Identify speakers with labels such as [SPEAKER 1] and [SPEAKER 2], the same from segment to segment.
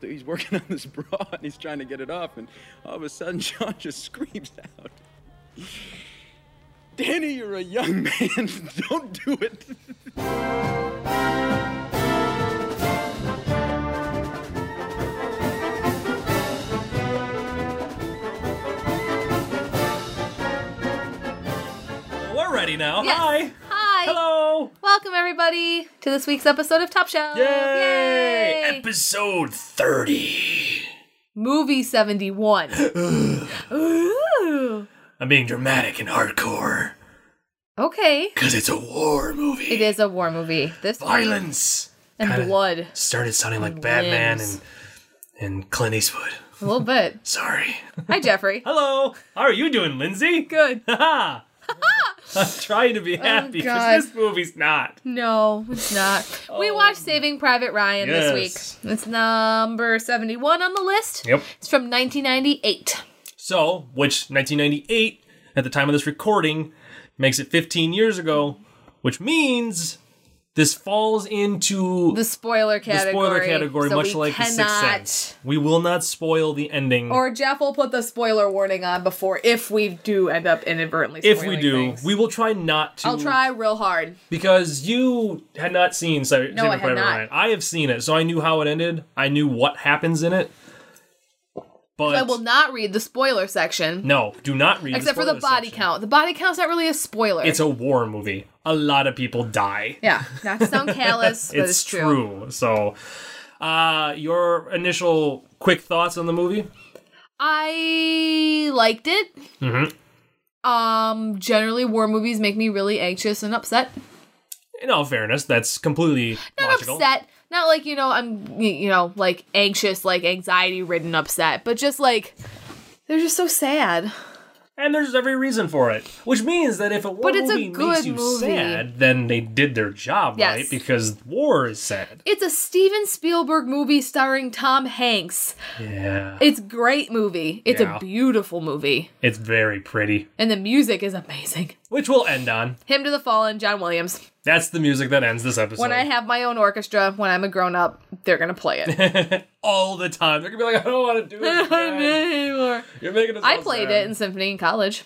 [SPEAKER 1] he's working on this bra and he's trying to get it off, and all of a sudden John just screams out, "Danny, you're a young man. Don't do it."
[SPEAKER 2] We're ready now.
[SPEAKER 3] Yes.
[SPEAKER 2] Hi.
[SPEAKER 3] Hi.
[SPEAKER 2] Hello.
[SPEAKER 3] Welcome everybody to this week's episode of Top Shelf.
[SPEAKER 2] Yay!
[SPEAKER 3] Yay!
[SPEAKER 2] Episode 30.
[SPEAKER 3] Movie 71. Ooh.
[SPEAKER 2] I'm being dramatic and hardcore
[SPEAKER 3] Okay.
[SPEAKER 2] because it's a war movie.
[SPEAKER 3] It is a war movie. This
[SPEAKER 2] Violence.
[SPEAKER 3] and
[SPEAKER 2] Kinda
[SPEAKER 3] blood.
[SPEAKER 2] Started sounding like Batman
[SPEAKER 3] limbs.
[SPEAKER 2] and and Clint Eastwood.
[SPEAKER 3] A little bit.
[SPEAKER 2] Sorry.
[SPEAKER 3] Hi Jeffrey.
[SPEAKER 2] Hello. How are you doing, Lindsay?
[SPEAKER 3] Good. Oh,
[SPEAKER 2] Ha I'm trying to be happy
[SPEAKER 3] God.
[SPEAKER 2] because this movie's not.
[SPEAKER 3] No, it's not. We watched Saving Private Ryan
[SPEAKER 2] Oh. Yes.
[SPEAKER 3] this week. It's number 71 on the list.
[SPEAKER 2] Yep.
[SPEAKER 3] It's from 1998.
[SPEAKER 2] So, which 1998, at the time of this recording, makes it 15 years ago, which means this falls into
[SPEAKER 3] The spoiler
[SPEAKER 2] the
[SPEAKER 3] category.
[SPEAKER 2] spoiler category,
[SPEAKER 3] so
[SPEAKER 2] much
[SPEAKER 3] we
[SPEAKER 2] like The Sixth
[SPEAKER 3] cannot-
[SPEAKER 2] Sense. We will not spoil the ending.
[SPEAKER 3] Or Jeff will put the spoiler warning on before if we do end up inadvertently.
[SPEAKER 2] if we
[SPEAKER 3] spoiling
[SPEAKER 2] do,
[SPEAKER 3] things.
[SPEAKER 2] we will try not to.
[SPEAKER 3] I'll try real hard.
[SPEAKER 2] Because you had not seen Sa- Saving
[SPEAKER 3] No, I had
[SPEAKER 2] Private
[SPEAKER 3] not.
[SPEAKER 2] Ryan. I have seen it, so I knew how it ended. I knew what happens in it. But
[SPEAKER 3] I will not read the spoiler section
[SPEAKER 2] no, do not read.
[SPEAKER 3] except for the
[SPEAKER 2] spoiler
[SPEAKER 3] body
[SPEAKER 2] section.
[SPEAKER 3] count. The body count's not really a spoiler.
[SPEAKER 2] It's a war movie. A lot of people die.
[SPEAKER 3] yeah, not to sound callous, but it's,
[SPEAKER 2] it's true. So, uh, your initial quick thoughts on the movie?
[SPEAKER 3] I liked it.
[SPEAKER 2] Mm-hmm.
[SPEAKER 3] Um, generally, war movies make me really anxious and upset.
[SPEAKER 2] In all fairness, that's completely
[SPEAKER 3] Not
[SPEAKER 2] logical.
[SPEAKER 3] upset, not like you know I'm y- you know like anxious, like anxiety ridden upset, but just like they're just so sad.
[SPEAKER 2] And there's every reason for it, which means that if a war
[SPEAKER 3] But it's a
[SPEAKER 2] movie makes
[SPEAKER 3] good
[SPEAKER 2] you
[SPEAKER 3] movie.
[SPEAKER 2] sad, then they did their job
[SPEAKER 3] Yes.
[SPEAKER 2] right because war is sad.
[SPEAKER 3] It's a Steven Spielberg movie starring Tom Hanks.
[SPEAKER 2] Yeah,
[SPEAKER 3] It's great movie. It's
[SPEAKER 2] Yeah.
[SPEAKER 3] a beautiful movie.
[SPEAKER 2] it's very pretty,
[SPEAKER 3] And the music is amazing.
[SPEAKER 2] which we'll end on.
[SPEAKER 3] Hymn to the Fallen, John Williams.
[SPEAKER 2] That's the music that ends this episode.
[SPEAKER 3] When I have my own orchestra, when I'm a grown up, they're gonna play it.
[SPEAKER 2] all the time, they're gonna be like, "I don't want to do it." again.
[SPEAKER 3] Anymore.
[SPEAKER 2] You're making us
[SPEAKER 3] I
[SPEAKER 2] all
[SPEAKER 3] played
[SPEAKER 2] sad."
[SPEAKER 3] it in symphony in college.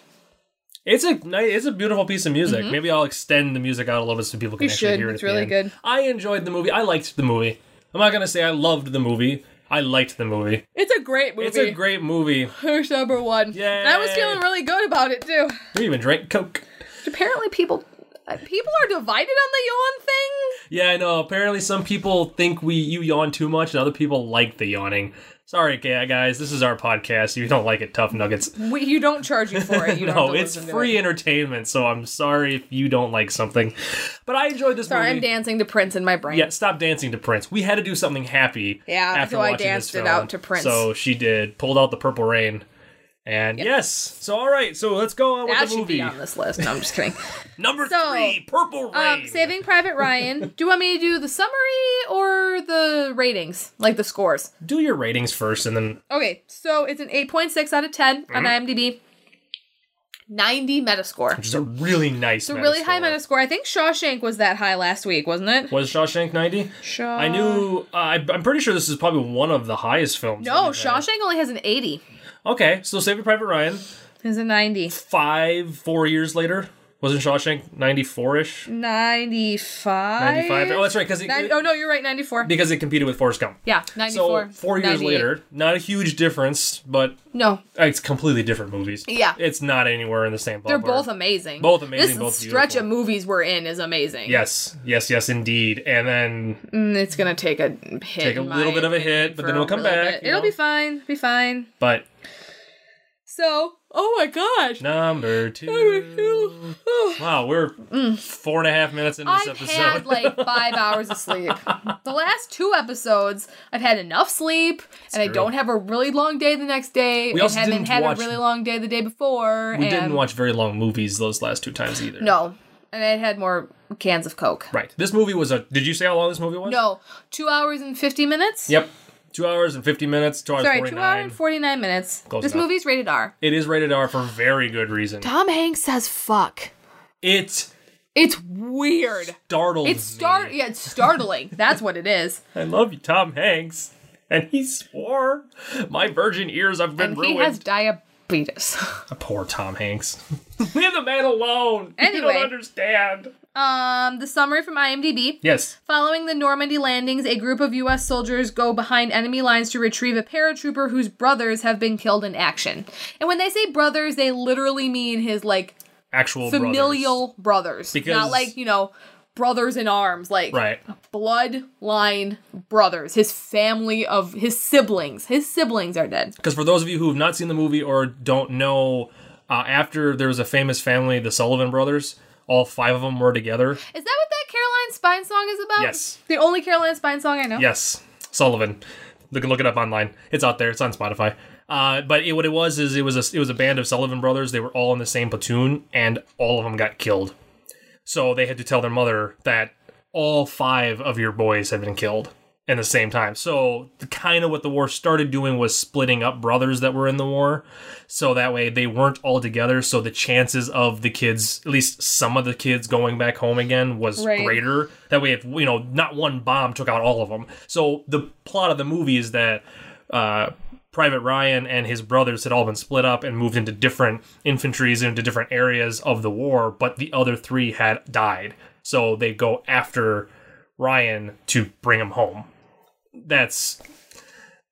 [SPEAKER 2] It's a ni- it's a beautiful piece of music. Maybe I'll extend the music out a little bit so people
[SPEAKER 3] Mm-hmm.
[SPEAKER 2] can
[SPEAKER 3] You
[SPEAKER 2] actually
[SPEAKER 3] should.
[SPEAKER 2] hear it. at
[SPEAKER 3] It's
[SPEAKER 2] the
[SPEAKER 3] really
[SPEAKER 2] end.
[SPEAKER 3] good.
[SPEAKER 2] I enjoyed the movie. I liked the movie. I'm not gonna say I loved the movie. I liked the movie.
[SPEAKER 3] It's a great movie.
[SPEAKER 2] It's a great movie.
[SPEAKER 3] Here's number one.
[SPEAKER 2] Yay.
[SPEAKER 3] I was feeling really good about it too.
[SPEAKER 2] We even drank Coke.
[SPEAKER 3] Apparently, people uh, people are divided on the yawn thing.
[SPEAKER 2] Yeah, I know. Apparently, some people think we you yawn too much, and other people like the yawning. Sorry, ga- guys. This is our podcast. If you don't like it, tough nuggets.
[SPEAKER 3] We, you don't charge you for it. You don't have
[SPEAKER 2] no,
[SPEAKER 3] to
[SPEAKER 2] it's
[SPEAKER 3] listen to
[SPEAKER 2] free
[SPEAKER 3] it.
[SPEAKER 2] entertainment. So I'm sorry if you don't like something. But I enjoyed this
[SPEAKER 3] Sorry,
[SPEAKER 2] movie.
[SPEAKER 3] I'm dancing to Prince in my brain.
[SPEAKER 2] Yeah, stop dancing to Prince. We had to do something happy.
[SPEAKER 3] Yeah,
[SPEAKER 2] after
[SPEAKER 3] so I
[SPEAKER 2] watching
[SPEAKER 3] danced
[SPEAKER 2] this
[SPEAKER 3] it
[SPEAKER 2] film.
[SPEAKER 3] out to Prince.
[SPEAKER 2] So she did, pulled out the Purple Rain, and yes. So all right, so let's go on
[SPEAKER 3] that
[SPEAKER 2] with the
[SPEAKER 3] should
[SPEAKER 2] movie.
[SPEAKER 3] be on this list. No, I'm just kidding.
[SPEAKER 2] Number
[SPEAKER 3] So,
[SPEAKER 2] three, Purple Rain.
[SPEAKER 3] Um, Saving Private Ryan. do you want me to do the summary or the ratings, like the scores?
[SPEAKER 2] do your ratings first, and then
[SPEAKER 3] Okay, so it's an 8.6 out of 10 on
[SPEAKER 2] Mm-hmm.
[SPEAKER 3] IMDb, 90 Metascore.
[SPEAKER 2] which is a really nice,
[SPEAKER 3] It's a
[SPEAKER 2] meta
[SPEAKER 3] really high
[SPEAKER 2] score.
[SPEAKER 3] Metascore. I think Shawshank was that high last week, wasn't it?
[SPEAKER 2] Was Shawshank ninety?
[SPEAKER 3] Shaw-
[SPEAKER 2] I knew. Uh, I, I'm pretty sure this is probably one of the highest films.
[SPEAKER 3] No,
[SPEAKER 2] that we've had.
[SPEAKER 3] Shawshank only has an 80.
[SPEAKER 2] Okay, so Saving Private Ryan,
[SPEAKER 3] It's a 90.
[SPEAKER 2] five, four years later, wasn't Shawshank ninety four ish,
[SPEAKER 3] 95.
[SPEAKER 2] ninety five? Oh, that's right, because
[SPEAKER 3] Nin- oh no, you're right, 94.
[SPEAKER 2] because it competed with Forrest Gump.
[SPEAKER 3] Yeah, 94.
[SPEAKER 2] So four years
[SPEAKER 3] 98.
[SPEAKER 2] later, not a huge difference, but uh,
[SPEAKER 3] No,
[SPEAKER 2] it's completely different movies.
[SPEAKER 3] Yeah.
[SPEAKER 2] it's not anywhere in the same. Ballpark.
[SPEAKER 3] they're both amazing.
[SPEAKER 2] Both amazing,
[SPEAKER 3] This
[SPEAKER 2] both
[SPEAKER 3] stretch
[SPEAKER 2] beautiful.
[SPEAKER 3] of movies we're in is amazing.
[SPEAKER 2] Yes, yes, yes, indeed. And then
[SPEAKER 3] Mm, it's gonna take a hit.
[SPEAKER 2] Take a
[SPEAKER 3] in
[SPEAKER 2] little
[SPEAKER 3] my
[SPEAKER 2] bit of a
[SPEAKER 3] opinion
[SPEAKER 2] hit, but
[SPEAKER 3] for
[SPEAKER 2] then it'll
[SPEAKER 3] a
[SPEAKER 2] come
[SPEAKER 3] little
[SPEAKER 2] back,
[SPEAKER 3] bit.
[SPEAKER 2] you
[SPEAKER 3] It'll
[SPEAKER 2] know?
[SPEAKER 3] be fine. Be fine.
[SPEAKER 2] but
[SPEAKER 3] So, oh my gosh.
[SPEAKER 2] number two. Wow, we're four and a half minutes into this
[SPEAKER 3] I've
[SPEAKER 2] episode.
[SPEAKER 3] Mm. had like five hours of sleep. The last two episodes, I've had enough sleep, and I
[SPEAKER 2] true.
[SPEAKER 3] don't have a really long day the next day.
[SPEAKER 2] We
[SPEAKER 3] and
[SPEAKER 2] also
[SPEAKER 3] haven't
[SPEAKER 2] didn't
[SPEAKER 3] had
[SPEAKER 2] watch-
[SPEAKER 3] a really long day the day before.
[SPEAKER 2] we
[SPEAKER 3] and
[SPEAKER 2] didn't watch very long movies those last two times either.
[SPEAKER 3] um, No, and I had more cans of Coke.
[SPEAKER 2] Right. This movie was a. Did you say how long this movie was?
[SPEAKER 3] No, two hours and fifty minutes.
[SPEAKER 2] Yep. Two hours and fifty minutes. Two hours
[SPEAKER 3] Sorry,
[SPEAKER 2] forty
[SPEAKER 3] two hour
[SPEAKER 2] nine.
[SPEAKER 3] and forty nine minutes.
[SPEAKER 2] Close
[SPEAKER 3] this
[SPEAKER 2] enough.
[SPEAKER 3] movie's rated R.
[SPEAKER 2] it is rated R for very good reason.
[SPEAKER 3] Tom Hanks says fuck.
[SPEAKER 2] It
[SPEAKER 3] It's weird.
[SPEAKER 2] startled.
[SPEAKER 3] It's
[SPEAKER 2] me.
[SPEAKER 3] start yeah, it's startling. That's what it is.
[SPEAKER 2] I love you, Tom Hanks. and he swore, "My virgin ears have been
[SPEAKER 3] and
[SPEAKER 2] ruined."
[SPEAKER 3] he has diabetes.
[SPEAKER 2] Poor Tom Hanks. Leave the man alone. you
[SPEAKER 3] Anyway.
[SPEAKER 2] don't understand.
[SPEAKER 3] um, the summary from IMDb.
[SPEAKER 2] Yes.
[SPEAKER 3] Following the Normandy landings, a group of U.S. soldiers go behind enemy lines to retrieve a paratrooper whose brothers have been killed in action. And when they say brothers, they literally mean his like
[SPEAKER 2] Actual
[SPEAKER 3] familial brothers,
[SPEAKER 2] Because-
[SPEAKER 3] not like you know brothers in arms, like
[SPEAKER 2] Brothers. Right.
[SPEAKER 3] bloodline brothers, his family of his siblings. His siblings are dead.
[SPEAKER 2] Because for those of you who have not seen the movie or don't know, uh, after there was a famous family, the Sullivan brothers, all five of them were together.
[SPEAKER 3] Is that what that Caroline Spine song is about?
[SPEAKER 2] Yes.
[SPEAKER 3] The only Caroline Spine song I know.
[SPEAKER 2] Yes, Sullivan. Look, look it up online. It's out there. It's on Spotify. Uh, but it, what it was is it was a it was a band of Sullivan brothers. They were all in the same platoon, and all of them got killed. So they had to tell their mother that all five of your boys had been killed in the same time. So the kind of what the war started doing was splitting up brothers that were in the war. So that way they weren't all together. So the chances of the kids, at least some of the kids going back home again was
[SPEAKER 3] Right.
[SPEAKER 2] greater. That way if you know, not one bomb took out all of them. So the plot of the movie is that uh Private Ryan and his brothers had all been split up and moved into different infantries into different areas of the war, but the other three had died. So they go after Ryan to bring him home. That's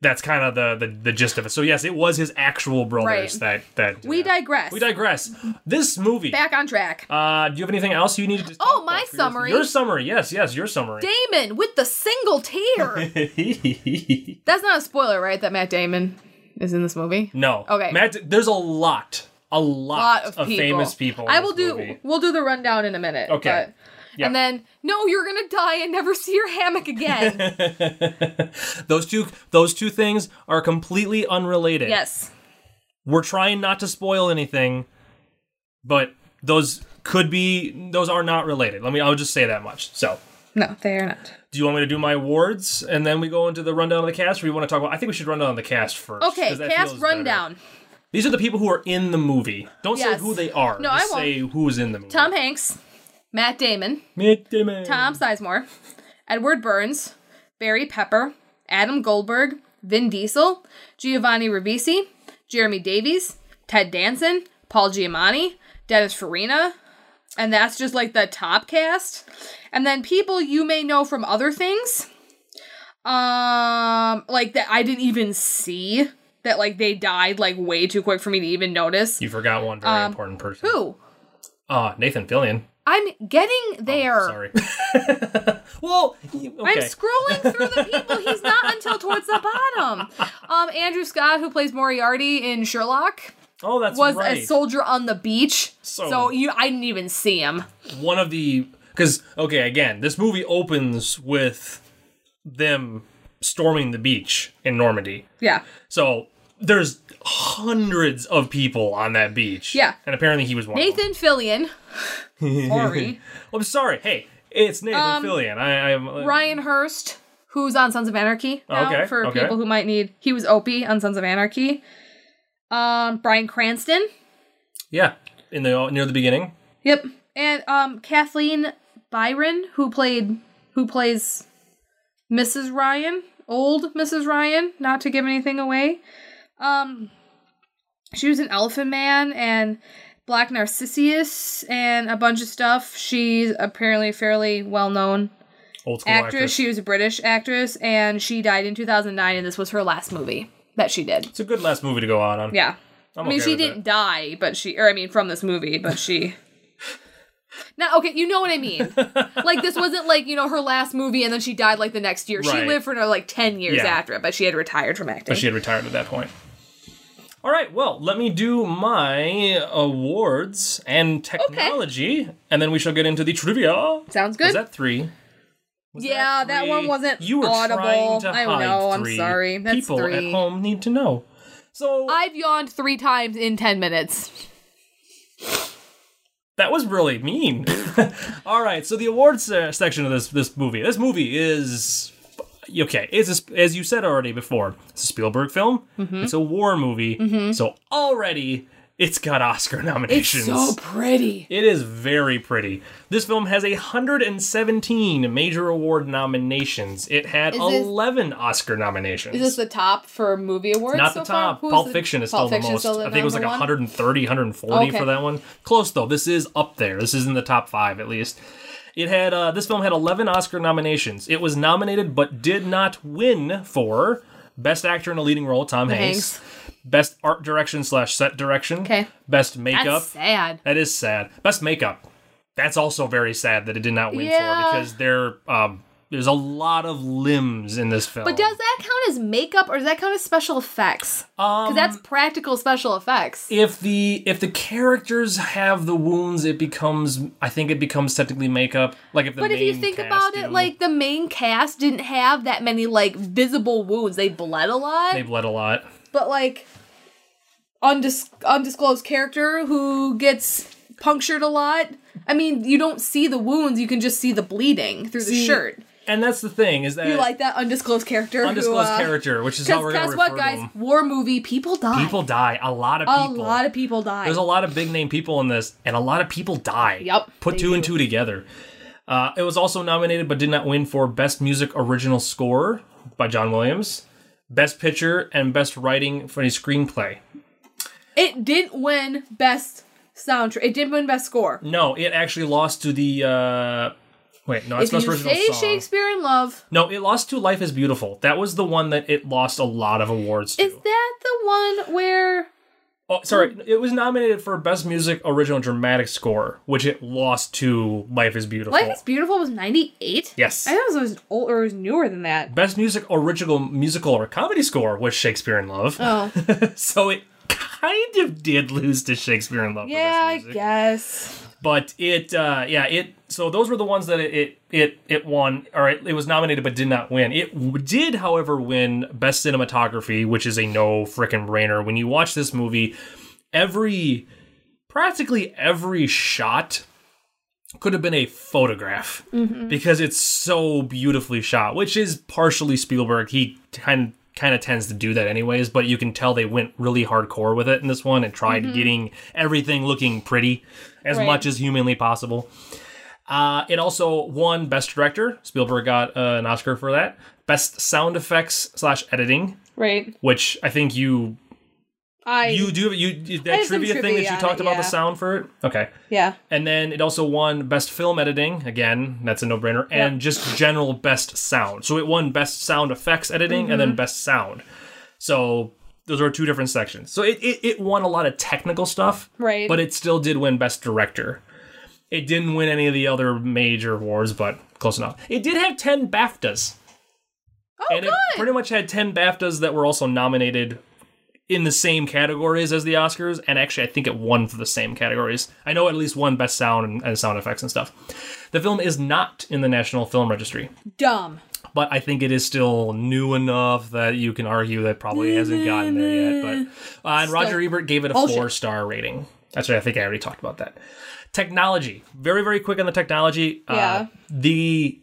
[SPEAKER 2] that's kind of the, the the gist of it. So yes, it was his actual brothers that that
[SPEAKER 3] We
[SPEAKER 2] uh,
[SPEAKER 3] digress.
[SPEAKER 2] we digress. This movie.
[SPEAKER 3] Back on track.
[SPEAKER 2] uh, do you have anything else you needed to?
[SPEAKER 3] Oh,
[SPEAKER 2] talk
[SPEAKER 3] my
[SPEAKER 2] about for your-
[SPEAKER 3] summary.
[SPEAKER 2] Your, summary, yes, yes, your summary.
[SPEAKER 3] Damon with the single tear. That's not a spoiler, right? That Matt Damon is in this movie.
[SPEAKER 2] no,
[SPEAKER 3] Okay.
[SPEAKER 2] Matt, there's a lot, a
[SPEAKER 3] A lot
[SPEAKER 2] lot,
[SPEAKER 3] of, people.
[SPEAKER 2] famous people. in
[SPEAKER 3] I will
[SPEAKER 2] this
[SPEAKER 3] do.
[SPEAKER 2] movie.
[SPEAKER 3] We'll do the rundown in a minute.
[SPEAKER 2] Okay.
[SPEAKER 3] but-
[SPEAKER 2] Yeah.
[SPEAKER 3] And then, no, you're gonna die and never see your hammock again.
[SPEAKER 2] Those two, those two things are completely unrelated.
[SPEAKER 3] yes.
[SPEAKER 2] we're trying not to spoil anything, but those could be, those are not related. Let me, I'll just say that much. So.
[SPEAKER 3] No, they are not.
[SPEAKER 2] Do you want me to do my awards and then we go into the rundown of the cast, or you want to talk about? I think we should run down the cast first.
[SPEAKER 3] Okay,
[SPEAKER 2] 'cause that
[SPEAKER 3] cast
[SPEAKER 2] feels better.
[SPEAKER 3] rundown.
[SPEAKER 2] These are the people who are in the movie. Don't
[SPEAKER 3] Yes.
[SPEAKER 2] say who they are.
[SPEAKER 3] No,
[SPEAKER 2] Just
[SPEAKER 3] I won't.
[SPEAKER 2] say who's in the movie.
[SPEAKER 3] Tom Hanks, Matt Damon,
[SPEAKER 2] Matt Damon.
[SPEAKER 3] Tom Sizemore, Edward Burns, Barry Pepper, Adam Goldberg, Vin Diesel, Giovanni Ribisi, Jeremy Davies, Ted Danson, Paul Giamatti, Dennis Farina, and that's just like the top cast. And then people you may know from other things, um, like that I didn't even see that like they died like way too quick for me to even notice.
[SPEAKER 2] You forgot one very important person.
[SPEAKER 3] Um, Who?
[SPEAKER 2] Uh, Nathan Fillion.
[SPEAKER 3] I'm getting there.
[SPEAKER 2] Oh, Sorry. well, y- okay.
[SPEAKER 3] I'm scrolling through the people. He's not until towards the bottom. Um, Andrew Scott, who plays Moriarty in Sherlock,
[SPEAKER 2] oh, that's
[SPEAKER 3] was
[SPEAKER 2] right.
[SPEAKER 3] a soldier on the beach.
[SPEAKER 2] So-
[SPEAKER 3] So, you, I didn't even see him.
[SPEAKER 2] one of the because okay again this movie opens with them storming the beach in normandy
[SPEAKER 3] Yeah,
[SPEAKER 2] so there's hundreds of people on that beach
[SPEAKER 3] Yeah.
[SPEAKER 2] and apparently he was one of them.
[SPEAKER 3] Nathan Fillion, sorry,
[SPEAKER 2] i'm sorry hey it's nathan fillion i uh, i'm
[SPEAKER 3] Um, Ryan Hurst, who's on Sons of Anarchy. Now,
[SPEAKER 2] Okay,
[SPEAKER 3] for
[SPEAKER 2] okay.
[SPEAKER 3] people who might need, he was Opie on Sons of Anarchy. Um, Brian Cranston.
[SPEAKER 2] yeah in the near the beginning
[SPEAKER 3] Yep, and um, Kathleen Byron, who played who plays Mrs. Ryan, old Mrs. Ryan, not to give anything away. Um, she was an Elephant Man and Black Narcissus and a bunch of stuff. She's apparently fairly well known
[SPEAKER 2] old school
[SPEAKER 3] actress.
[SPEAKER 2] actress,
[SPEAKER 3] She was a British actress, and she died in 2009, and this was her last movie that she did.
[SPEAKER 2] it's a good last movie to go out on
[SPEAKER 3] Yeah.
[SPEAKER 2] I'm
[SPEAKER 3] I mean,
[SPEAKER 2] okay
[SPEAKER 3] she
[SPEAKER 2] with
[SPEAKER 3] didn't die, but she, or I mean, from this movie, but she. Now, okay, you know what I mean. like this wasn't like you know her last movie, and then she died like the next year. She
[SPEAKER 2] Right.
[SPEAKER 3] lived for another like ten years
[SPEAKER 2] Yeah.
[SPEAKER 3] after it, but she had retired from acting.
[SPEAKER 2] But she had retired at that point. All right, well, let me do my awards and technology, and then we shall get into the trivia.
[SPEAKER 3] Sounds
[SPEAKER 2] Was
[SPEAKER 3] good.
[SPEAKER 2] that three?
[SPEAKER 3] yeah, that, one
[SPEAKER 2] Three.
[SPEAKER 3] wasn't
[SPEAKER 2] you were
[SPEAKER 3] audible.
[SPEAKER 2] Trying to
[SPEAKER 3] I
[SPEAKER 2] hide
[SPEAKER 3] know.
[SPEAKER 2] three.
[SPEAKER 3] I'm sorry. That's
[SPEAKER 2] People
[SPEAKER 3] three.
[SPEAKER 2] at home need to know. So
[SPEAKER 3] I've yawned three times in ten minutes.
[SPEAKER 2] that was really mean. All right, so the awards uh, section of this this movie. This movie is okay. It's a, as you
[SPEAKER 3] Mm-hmm.
[SPEAKER 2] said already before. It's a Spielberg film. It's a war movie. So already It's got Oscar
[SPEAKER 3] It's
[SPEAKER 2] nominations.
[SPEAKER 3] so pretty.
[SPEAKER 2] It is very pretty. This film has 117 major award nominations. It had
[SPEAKER 3] Is this-
[SPEAKER 2] 11 Oscar nominations.
[SPEAKER 3] Is this the top for movie awards?
[SPEAKER 2] Not
[SPEAKER 3] so
[SPEAKER 2] the
[SPEAKER 3] far?
[SPEAKER 2] top.
[SPEAKER 3] Who's
[SPEAKER 2] Pulp
[SPEAKER 3] the-
[SPEAKER 2] Fiction is
[SPEAKER 3] Pulp
[SPEAKER 2] still the
[SPEAKER 3] Fiction's
[SPEAKER 2] most. I think it was like
[SPEAKER 3] number one?
[SPEAKER 2] 130, 140
[SPEAKER 3] Okay.
[SPEAKER 2] for that one. Close though. This is up there. This is in the top five at least. It had uh, this film had 11 Oscar nominations. It was nominated but did not win for Best Actor in a Leading Role, Tom Hanks. Best Art Direction slash Set Direction.
[SPEAKER 3] Okay.
[SPEAKER 2] Best
[SPEAKER 3] That's
[SPEAKER 2] Makeup.
[SPEAKER 3] sad.
[SPEAKER 2] That is sad. Best makeup. That's also very sad that it did not win
[SPEAKER 3] Yeah.
[SPEAKER 2] for because there um, there's a lot of limbs in this film.
[SPEAKER 3] But does that count as makeup or does that count as special effects? Because
[SPEAKER 2] um,
[SPEAKER 3] that's practical special effects.
[SPEAKER 2] if the if the characters have the wounds, it becomes I think it becomes technically makeup. Like if the
[SPEAKER 3] But if you
[SPEAKER 2] main
[SPEAKER 3] think
[SPEAKER 2] cast
[SPEAKER 3] about it,
[SPEAKER 2] do-
[SPEAKER 3] like the main cast didn't have that many like visible wounds. They bled a lot,
[SPEAKER 2] they bled a lot.
[SPEAKER 3] but like undis- undisclosed character who gets punctured a lot. I mean, you don't see the wounds; you can just see the bleeding through the
[SPEAKER 2] See,
[SPEAKER 3] shirt.
[SPEAKER 2] And that's the thing is that
[SPEAKER 3] You like that undisclosed character?
[SPEAKER 2] undisclosed
[SPEAKER 3] who, uh,
[SPEAKER 2] character, which is how we're
[SPEAKER 3] Because
[SPEAKER 2] gonna
[SPEAKER 3] guess
[SPEAKER 2] refer
[SPEAKER 3] what,
[SPEAKER 2] to
[SPEAKER 3] guys?
[SPEAKER 2] them.
[SPEAKER 3] War movie people die.
[SPEAKER 2] People die. A lot of
[SPEAKER 3] a
[SPEAKER 2] people.
[SPEAKER 3] lot of people die.
[SPEAKER 2] There's a lot of big name people in this, and a lot of people die.
[SPEAKER 3] Yup,
[SPEAKER 2] Put
[SPEAKER 3] they
[SPEAKER 2] two and
[SPEAKER 3] do.
[SPEAKER 2] two together. Uh, it was also nominated but did not win for Best Music Original Score by John Williams, Best Picture, and Best Writing for a Screenplay.
[SPEAKER 3] it didn't win best soundtrack. It didn't win best score.
[SPEAKER 2] No, it actually lost to the. Uh, wait, no, it's
[SPEAKER 3] If
[SPEAKER 2] Best
[SPEAKER 3] you
[SPEAKER 2] Original
[SPEAKER 3] say
[SPEAKER 2] Song.
[SPEAKER 3] Shakespeare in Love,
[SPEAKER 2] No, it lost to Life is Beautiful. That was the one that it lost a lot of awards to.
[SPEAKER 3] is Hmm. that the one where?
[SPEAKER 2] Oh, sorry, it was nominated for Best Music Original Dramatic Score, which it lost to Life is Beautiful.
[SPEAKER 3] Life is Beautiful was 98?
[SPEAKER 2] Yes.
[SPEAKER 3] I thought it was, old, or it was newer than that.
[SPEAKER 2] Best Music Original Musical or Comedy Score was Shakespeare in Love.
[SPEAKER 3] Oh.
[SPEAKER 2] so it kind of did lose to Shakespeare in Love. for
[SPEAKER 3] yeah,
[SPEAKER 2] Best
[SPEAKER 3] I
[SPEAKER 2] Music.
[SPEAKER 3] guess.
[SPEAKER 2] But it, uh, yeah, it. So those were the ones that it it it, it won, or it, it was nominated but did not win. It w- did, however, win Best Cinematography, which is a no frickin' brainer. When you watch this movie, every practically every shot could have been a photograph because it's so beautifully shot, which is partially Spielberg. He kind kind of tends to do that anyways, but you can tell they went really hardcore with it in this one and tried getting everything looking pretty as
[SPEAKER 3] Right.
[SPEAKER 2] much as humanly possible. Uh, it also won Best Director. Spielberg got uh, an Oscar for that. Best Sound Effects slash Editing,
[SPEAKER 3] Right.
[SPEAKER 2] which I think you
[SPEAKER 3] I.
[SPEAKER 2] you do you
[SPEAKER 3] I
[SPEAKER 2] that
[SPEAKER 3] did some
[SPEAKER 2] trivia thing
[SPEAKER 3] trivia
[SPEAKER 2] that you
[SPEAKER 3] on
[SPEAKER 2] talked
[SPEAKER 3] it,
[SPEAKER 2] about
[SPEAKER 3] yeah.
[SPEAKER 2] the sound for it. Okay.
[SPEAKER 3] yeah.
[SPEAKER 2] And then it also won Best Film Editing. Again, that's a no brainer. And just general Best Sound. So it won Best Sound Effects Editing and
[SPEAKER 3] Mm-hmm.
[SPEAKER 2] then Best Sound. So those are two different sections. So it, it, it won a lot of technical stuff,
[SPEAKER 3] Right.
[SPEAKER 2] but it still did win Best Director. It didn't win any of the other major awards, but close enough. It did have 10 BAFTAs.
[SPEAKER 3] oh,
[SPEAKER 2] and
[SPEAKER 3] good.
[SPEAKER 2] it pretty much had 10 BAFTAs that were also nominated in the same categories as the Oscars, and actually, I think it won for the same categories. I know at least one best sound and, and sound effects and stuff. The film is not in the National Film Registry,
[SPEAKER 3] Dumb.
[SPEAKER 2] but I think it is still new enough that you can argue that probably hasn't gotten there yet. But uh, and Roger Ebert gave it a
[SPEAKER 3] Mm-hmm. Bullshit.
[SPEAKER 2] four star rating. That's right. I think I already talked about that. Technology. Very very quick on the technology.
[SPEAKER 3] Yeah.
[SPEAKER 2] Uh, the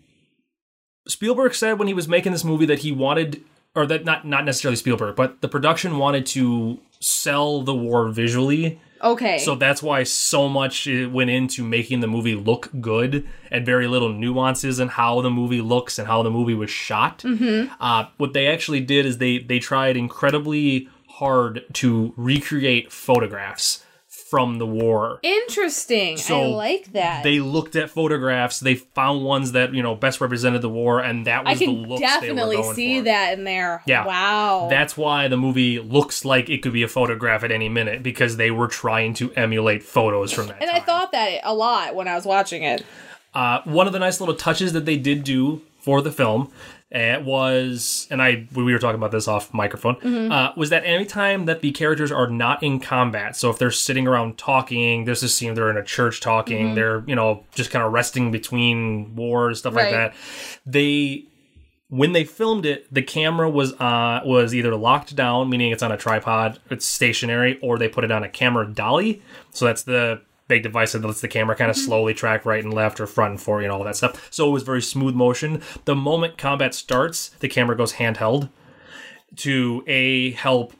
[SPEAKER 2] Spielberg said when he was making this movie that he wanted, or that not not necessarily Spielberg, but the production wanted to sell the war visually
[SPEAKER 3] Okay.
[SPEAKER 2] so that's why so much uh, went into making the movie look good and very little nuances in how the movie looks and how the movie was shot. Mm-hmm. Uh, what they actually did is they they tried incredibly hard to recreate photographs from the war.
[SPEAKER 3] Interesting. I
[SPEAKER 2] So,
[SPEAKER 3] like that.
[SPEAKER 2] They looked at photographs. They found ones that you know best represented the war, and that
[SPEAKER 3] I
[SPEAKER 2] was the
[SPEAKER 3] can
[SPEAKER 2] looks they
[SPEAKER 3] definitely
[SPEAKER 2] were going
[SPEAKER 3] see
[SPEAKER 2] for.
[SPEAKER 3] that in there.
[SPEAKER 2] Yeah.
[SPEAKER 3] Wow.
[SPEAKER 2] That's why the movie looks like it could be a photograph at any minute because they were trying to emulate photos from that.
[SPEAKER 3] and I
[SPEAKER 2] time.
[SPEAKER 3] thought that a lot when I was watching it.
[SPEAKER 2] Uh, one of the nice little touches that they did do for the film uh, was, and I we were talking about this off microphone, uh, was that anytime that the characters are not in combat, so if they're sitting around talking, there's this scene they're in a church talking, they're you know just kind of resting between wars, stuff
[SPEAKER 3] Right.
[SPEAKER 2] like that. They when they filmed it, the camera was uh, was either locked down, meaning it's on a tripod, it's stationary, or they put it on a camera dolly. So that's the big device that lets the camera kind of slowly track right and left or front and forward and all that stuff. So it was very smooth motion. The moment combat starts, the camera goes handheld to a help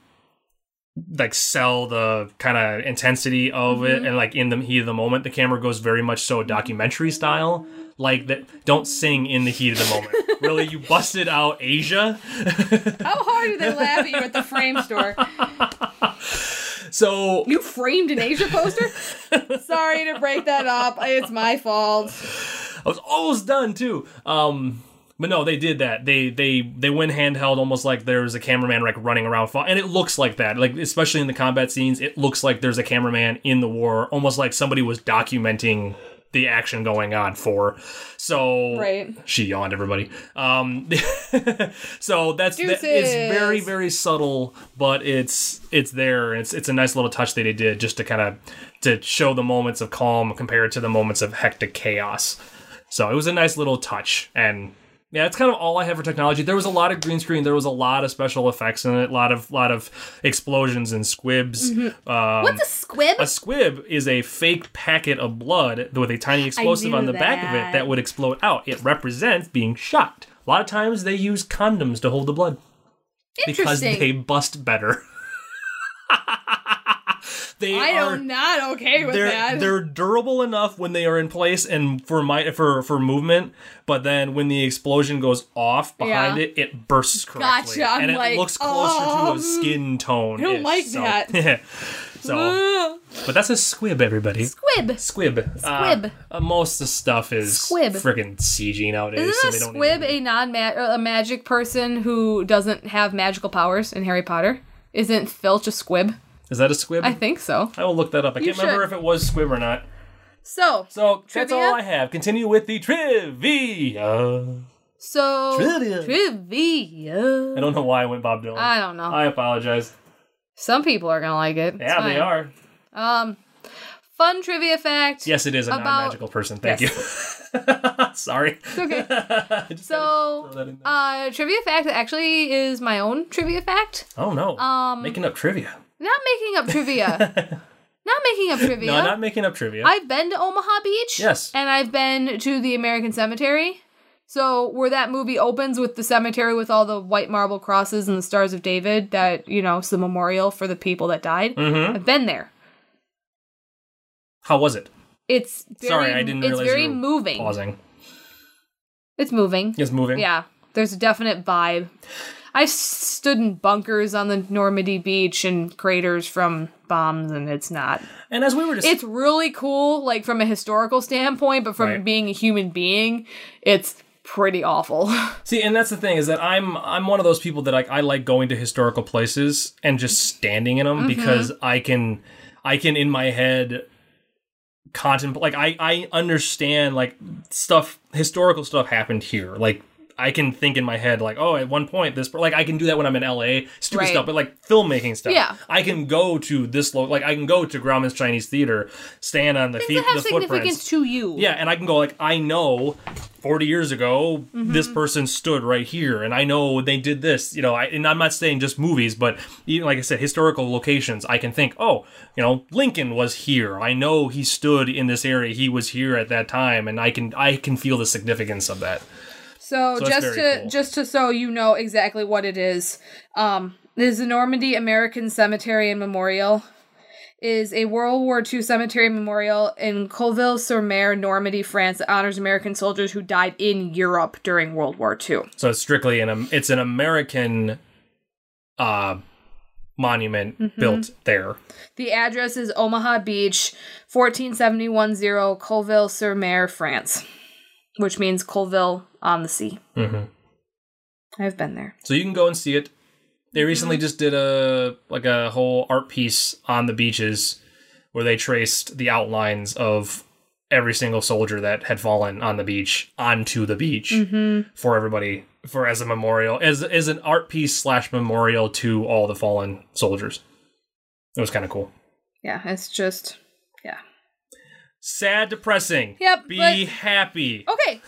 [SPEAKER 2] like sell the kind of intensity of it and like in the heat of the moment the camera goes very much so documentary style like that don't sing in the heat of the moment really you busted out asia
[SPEAKER 3] How hard do they laugh at you at the frame store?
[SPEAKER 2] so
[SPEAKER 3] You framed an Asia poster? Sorry to break that up. It's my fault.
[SPEAKER 2] I was almost done too. Um, but no, they did that. They they they went handheld, almost like there's a cameraman like running around, fo- and it looks like that. Like especially in the combat scenes, it looks like there's a cameraman in the war, almost like somebody was documenting the action going on for. So
[SPEAKER 3] Right.
[SPEAKER 2] she yawned. Everybody. Um, so that's that, it's very
[SPEAKER 3] Deuces.
[SPEAKER 2] very subtle, but it's it's there. It's it's a nice little touch that they did just to kind of to show the moments of calm compared to the moments of hectic chaos. So it was a nice little touch. And yeah, that's kind of all I have for technology. There was a lot of green screen. There was a lot of special effects in it. A lot of lot of explosions and squibs. Um,
[SPEAKER 3] What's a squib?
[SPEAKER 2] a squib is a fake packet of blood with a tiny explosive
[SPEAKER 3] knew
[SPEAKER 2] on the back of it
[SPEAKER 3] that.
[SPEAKER 2] that would explode out. It represents being shot. A lot of times they use condoms to hold the blood because
[SPEAKER 3] Interesting.
[SPEAKER 2] they bust better. they
[SPEAKER 3] I
[SPEAKER 2] are
[SPEAKER 3] am not okay with
[SPEAKER 2] they're
[SPEAKER 3] that.
[SPEAKER 2] they're durable enough when they are in place and for my for for movement, but then when the explosion goes off behind
[SPEAKER 3] Yeah.
[SPEAKER 2] it, it bursts correctly,
[SPEAKER 3] Gotcha, I'm
[SPEAKER 2] and it
[SPEAKER 3] like,
[SPEAKER 2] looks closer to
[SPEAKER 3] um,
[SPEAKER 2] a skin tone.
[SPEAKER 3] I don't like
[SPEAKER 2] so,
[SPEAKER 3] that.
[SPEAKER 2] so, but that's a squib, everybody.
[SPEAKER 3] squib.
[SPEAKER 2] Squib.
[SPEAKER 3] Squib.
[SPEAKER 2] Uh, uh, most of the stuff is
[SPEAKER 3] Squib.
[SPEAKER 2] freaking CG nowadays.
[SPEAKER 3] Isn't
[SPEAKER 2] so
[SPEAKER 3] a
[SPEAKER 2] they don't
[SPEAKER 3] squib
[SPEAKER 2] even-
[SPEAKER 3] a non a magic person who doesn't have magical powers in Harry Potter? Isn't Filch a squib?
[SPEAKER 2] is that a squib?
[SPEAKER 3] I think so.
[SPEAKER 2] I will look that up. I can't remember if
[SPEAKER 3] should.
[SPEAKER 2] it was squib or not.
[SPEAKER 3] So,
[SPEAKER 2] So that's
[SPEAKER 3] Trivia?
[SPEAKER 2] all I have. Continue with the trivia.
[SPEAKER 3] so
[SPEAKER 2] Trivia.
[SPEAKER 3] Trivia.
[SPEAKER 2] I don't know why I went Bob Dylan.
[SPEAKER 3] I don't know.
[SPEAKER 2] I apologize.
[SPEAKER 3] Some people are gonna like it. It's
[SPEAKER 2] Yeah, they
[SPEAKER 3] fine.
[SPEAKER 2] are.
[SPEAKER 3] Um, fun trivia fact.
[SPEAKER 2] Yes, it is a
[SPEAKER 3] About-
[SPEAKER 2] non-magical person. Thank you. Sorry.
[SPEAKER 3] Okay.
[SPEAKER 2] I just
[SPEAKER 3] So,
[SPEAKER 2] throw that in there.
[SPEAKER 3] uh, trivia fact that actually is my own trivia fact.
[SPEAKER 2] oh no,
[SPEAKER 3] um,
[SPEAKER 2] making up trivia.
[SPEAKER 3] Not making up trivia. not making up trivia.
[SPEAKER 2] No, not making up trivia.
[SPEAKER 3] I've been to Omaha Beach.
[SPEAKER 2] Yes.
[SPEAKER 3] And I've been to the American Cemetery. So where that movie opens with the cemetery with all the white marble crosses and the stars of David that, you know, it's the memorial for the people that died.
[SPEAKER 2] hmm
[SPEAKER 3] I've been there.
[SPEAKER 2] How was it?
[SPEAKER 3] It's very,
[SPEAKER 2] Sorry, I didn't
[SPEAKER 3] it's
[SPEAKER 2] realize
[SPEAKER 3] very
[SPEAKER 2] you were
[SPEAKER 3] moving.
[SPEAKER 2] Pausing.
[SPEAKER 3] It's moving.
[SPEAKER 2] It's moving.
[SPEAKER 3] Yeah. There's a definite vibe. I stood in bunkers on the Normandy beach and craters from bombs and it's not
[SPEAKER 2] And as we were just
[SPEAKER 3] it's really cool, like from a historical standpoint, but from
[SPEAKER 2] Right.
[SPEAKER 3] being a human being, it's pretty awful.
[SPEAKER 2] See, and that's the thing is that I'm I'm one of those people that like I like going to historical places and just standing in them
[SPEAKER 3] Mm-hmm.
[SPEAKER 2] because I can I can in my head contemplate like I I understand like stuff historical stuff happened here like I can think in my head like oh at one point this like I can do that when I'm in LA stupid
[SPEAKER 3] Right.
[SPEAKER 2] stuff but like filmmaking stuff
[SPEAKER 3] Yeah.
[SPEAKER 2] I can go to this lo- like I can go to Grauman's Chinese Theater stand on the
[SPEAKER 3] Things
[SPEAKER 2] feet
[SPEAKER 3] that have
[SPEAKER 2] the footprints
[SPEAKER 3] significance to you.
[SPEAKER 2] yeah, and I can go like I know 40 years ago this person stood right here and I know they did this, you know, I, and I'm not saying just movies, but even like I said historical locations, I can think, oh, you know, Lincoln was here. I know he stood in this area. He was here at that time and I can I can feel the significance of that.
[SPEAKER 3] So,
[SPEAKER 2] So that's
[SPEAKER 3] just
[SPEAKER 2] very
[SPEAKER 3] to
[SPEAKER 2] cool.
[SPEAKER 3] just to so you know exactly what it is, um, is the Normandy American Cemetery and Memorial is a World War II cemetery memorial in Colville-sur-Mer, Normandy, France, that honors American soldiers who died in Europe during World War II.
[SPEAKER 2] So it's strictly an um, it's an American uh monument built there.
[SPEAKER 3] The address is Omaha Beach, 14710 Colville sur Mer, France, which means Colville on the sea.
[SPEAKER 2] Mhm.
[SPEAKER 3] I've been there.
[SPEAKER 2] So you can go and see it. They recently
[SPEAKER 3] Mm-hmm.
[SPEAKER 2] just did a like a whole art piece on the beaches where they traced the outlines of every single soldier that had fallen on the beach onto the beach
[SPEAKER 3] Mm-hmm.
[SPEAKER 2] for everybody for as a memorial as as an art piece slash memorial to all the fallen soldiers. It was kind of cool.
[SPEAKER 3] Yeah, it's just yeah.
[SPEAKER 2] Sad, depressing.
[SPEAKER 3] Yep,
[SPEAKER 2] Be
[SPEAKER 3] but-
[SPEAKER 2] happy.
[SPEAKER 3] Okay.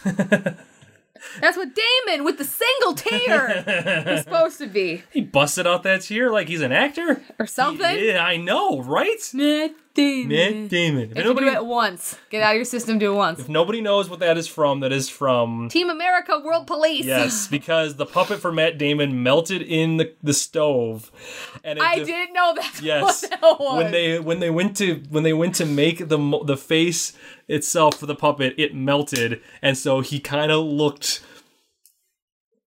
[SPEAKER 3] That's what Damon with the single tear is supposed to be.
[SPEAKER 2] He busted out that tear like he's an actor.
[SPEAKER 3] Or something.
[SPEAKER 2] Yeah, I know, right?
[SPEAKER 3] Nah, Damon.
[SPEAKER 2] Matt Damon. If
[SPEAKER 3] You have to do
[SPEAKER 2] nobody,
[SPEAKER 3] it once. Get out of your system. Do it once.
[SPEAKER 2] if nobody knows what that is from, that is from
[SPEAKER 3] Team America, World Police.
[SPEAKER 2] yes, because the puppet for Matt Damon melted in the, the stove, and it
[SPEAKER 3] I
[SPEAKER 2] just-
[SPEAKER 3] didn't know that's
[SPEAKER 2] Yes,
[SPEAKER 3] what that was.
[SPEAKER 2] when they when they went to when they went to make the mo- the face itself for the puppet, it melted, and so he kind of looked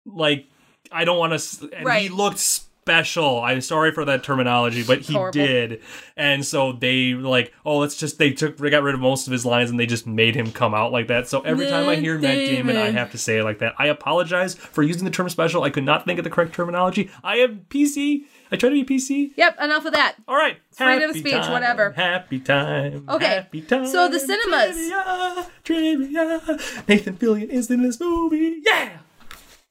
[SPEAKER 2] like I don't want to. And He
[SPEAKER 3] Right.
[SPEAKER 2] looked special. I'm sorry for that terminology, but he
[SPEAKER 3] Horrible.
[SPEAKER 2] did. And so they were like, oh, let's just they took they got rid of most of his lines and they just made him come out like that. So every time I hear Matt Damon, I
[SPEAKER 3] Damon.
[SPEAKER 2] have to say it like that. I apologize for using the term special. I could not think of the correct terminology. I am PC. I try to be PC.
[SPEAKER 3] Yep. Enough of that.
[SPEAKER 2] All right.
[SPEAKER 3] freedom of
[SPEAKER 2] Happy
[SPEAKER 3] speech,
[SPEAKER 2] time,
[SPEAKER 3] whatever.
[SPEAKER 2] Happy time.
[SPEAKER 3] Okay,
[SPEAKER 2] Happy time.
[SPEAKER 3] so the cinemas.
[SPEAKER 2] Trivia, trivia. Nathan Fillion is in this movie. Yeah.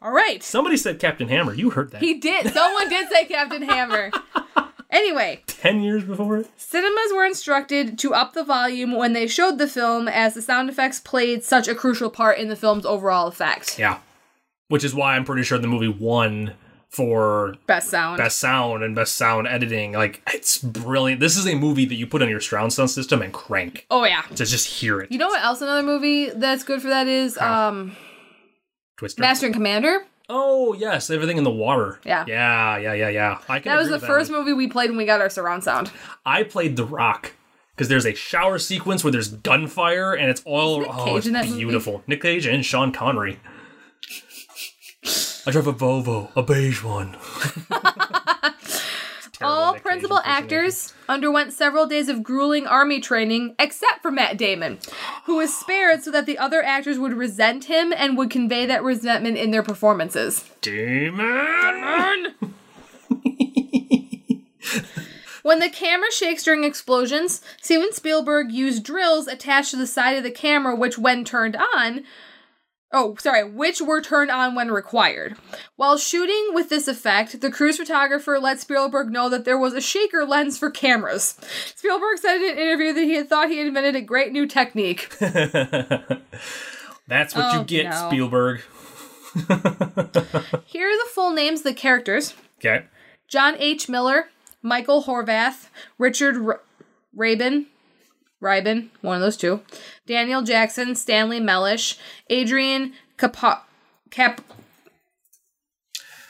[SPEAKER 3] All right.
[SPEAKER 2] Somebody said Captain Hammer. You heard that.
[SPEAKER 3] He did. Someone did say Captain Hammer. Anyway,
[SPEAKER 2] Ten years before it.
[SPEAKER 3] cinemas were instructed to up the volume when they showed the film as the sound effects played such a crucial part in the film's overall effect.
[SPEAKER 2] Yeah. Which is why I'm pretty sure the movie won for
[SPEAKER 3] Best sound.
[SPEAKER 2] best sound and best sound editing. Like it's brilliant. This is a movie that you put on your surround sound system and crank
[SPEAKER 3] Oh yeah.
[SPEAKER 2] to just hear it.
[SPEAKER 3] You know what else another movie that's good for that is um
[SPEAKER 2] Twister.
[SPEAKER 3] Master and Commander.
[SPEAKER 2] oh yes, everything in the water.
[SPEAKER 3] Yeah.
[SPEAKER 2] Yeah. Yeah. Yeah. Yeah. I can
[SPEAKER 3] That was
[SPEAKER 2] agree
[SPEAKER 3] the
[SPEAKER 2] with that
[SPEAKER 3] first
[SPEAKER 2] one.
[SPEAKER 3] movie we played when we got our surround sound.
[SPEAKER 2] I played The Rock because there's a shower sequence where there's gunfire and it's all
[SPEAKER 3] Nick
[SPEAKER 2] oh,
[SPEAKER 3] Cage
[SPEAKER 2] it's
[SPEAKER 3] in that movie?
[SPEAKER 2] beautiful. Nick Cage and Sean Connery. I drive a Volvo, a beige one. It's terrible
[SPEAKER 3] All
[SPEAKER 2] Nick Cage
[SPEAKER 3] principal
[SPEAKER 2] impersonation.
[SPEAKER 3] actors underwent several days of grueling army training, except for Matt Damon, who was spared so that the other actors would resent him and would convey that resentment in their performances.
[SPEAKER 2] Demon.
[SPEAKER 3] When the camera shakes during explosions, Steven Spielberg used drills attached to the side of the camera, which, when turned on, oh, sorry, which were turned on when required. While shooting with this effect, the cruise photographer let Spielberg know that there was a shaker lens for cameras. Spielberg said in an interview that he had thought he had invented a great new technique.
[SPEAKER 2] That's what
[SPEAKER 3] Oh,
[SPEAKER 2] you get,
[SPEAKER 3] no.
[SPEAKER 2] Spielberg.
[SPEAKER 3] Here are the full names of the characters
[SPEAKER 2] Okay.
[SPEAKER 3] John H. Miller, Michael Horvath, Richard R- Rabin, Ribin, one of those two, Daniel Jackson, Stanley Mellish, Adrian Capo- Cap.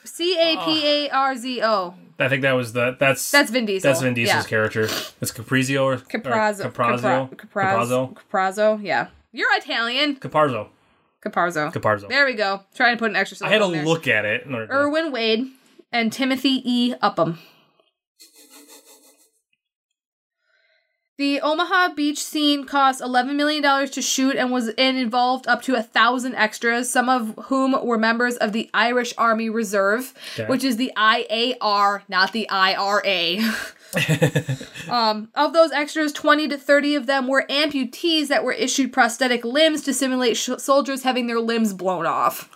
[SPEAKER 3] C A P A R Z O.
[SPEAKER 2] I think that was the that's
[SPEAKER 3] That's Vin Diesel.
[SPEAKER 2] that's Vin Diesel's character. It's Caprizio or or
[SPEAKER 3] Caprazzo.
[SPEAKER 2] Caprazzo.
[SPEAKER 3] Capra- Caprazzo. Caprazzo. Yeah. You're Italian.
[SPEAKER 2] Caparzo.
[SPEAKER 3] Caprazzo.
[SPEAKER 2] Caparzo.
[SPEAKER 3] There we go. Trying to put an extra syllable
[SPEAKER 2] I had to
[SPEAKER 3] in there.
[SPEAKER 2] look at it. in order to-
[SPEAKER 3] Erwin Wade and Timothy E. Upham. The Omaha beach scene cost $11 million to shoot and was and involved up to a thousand extras, some of whom were members of the Irish Army Reserve,
[SPEAKER 2] Okay.
[SPEAKER 3] which is the IAR, not the IRA. um, of those extras, 20 to 30 of them were amputees that were issued prosthetic limbs to simulate sh- soldiers having their limbs blown off.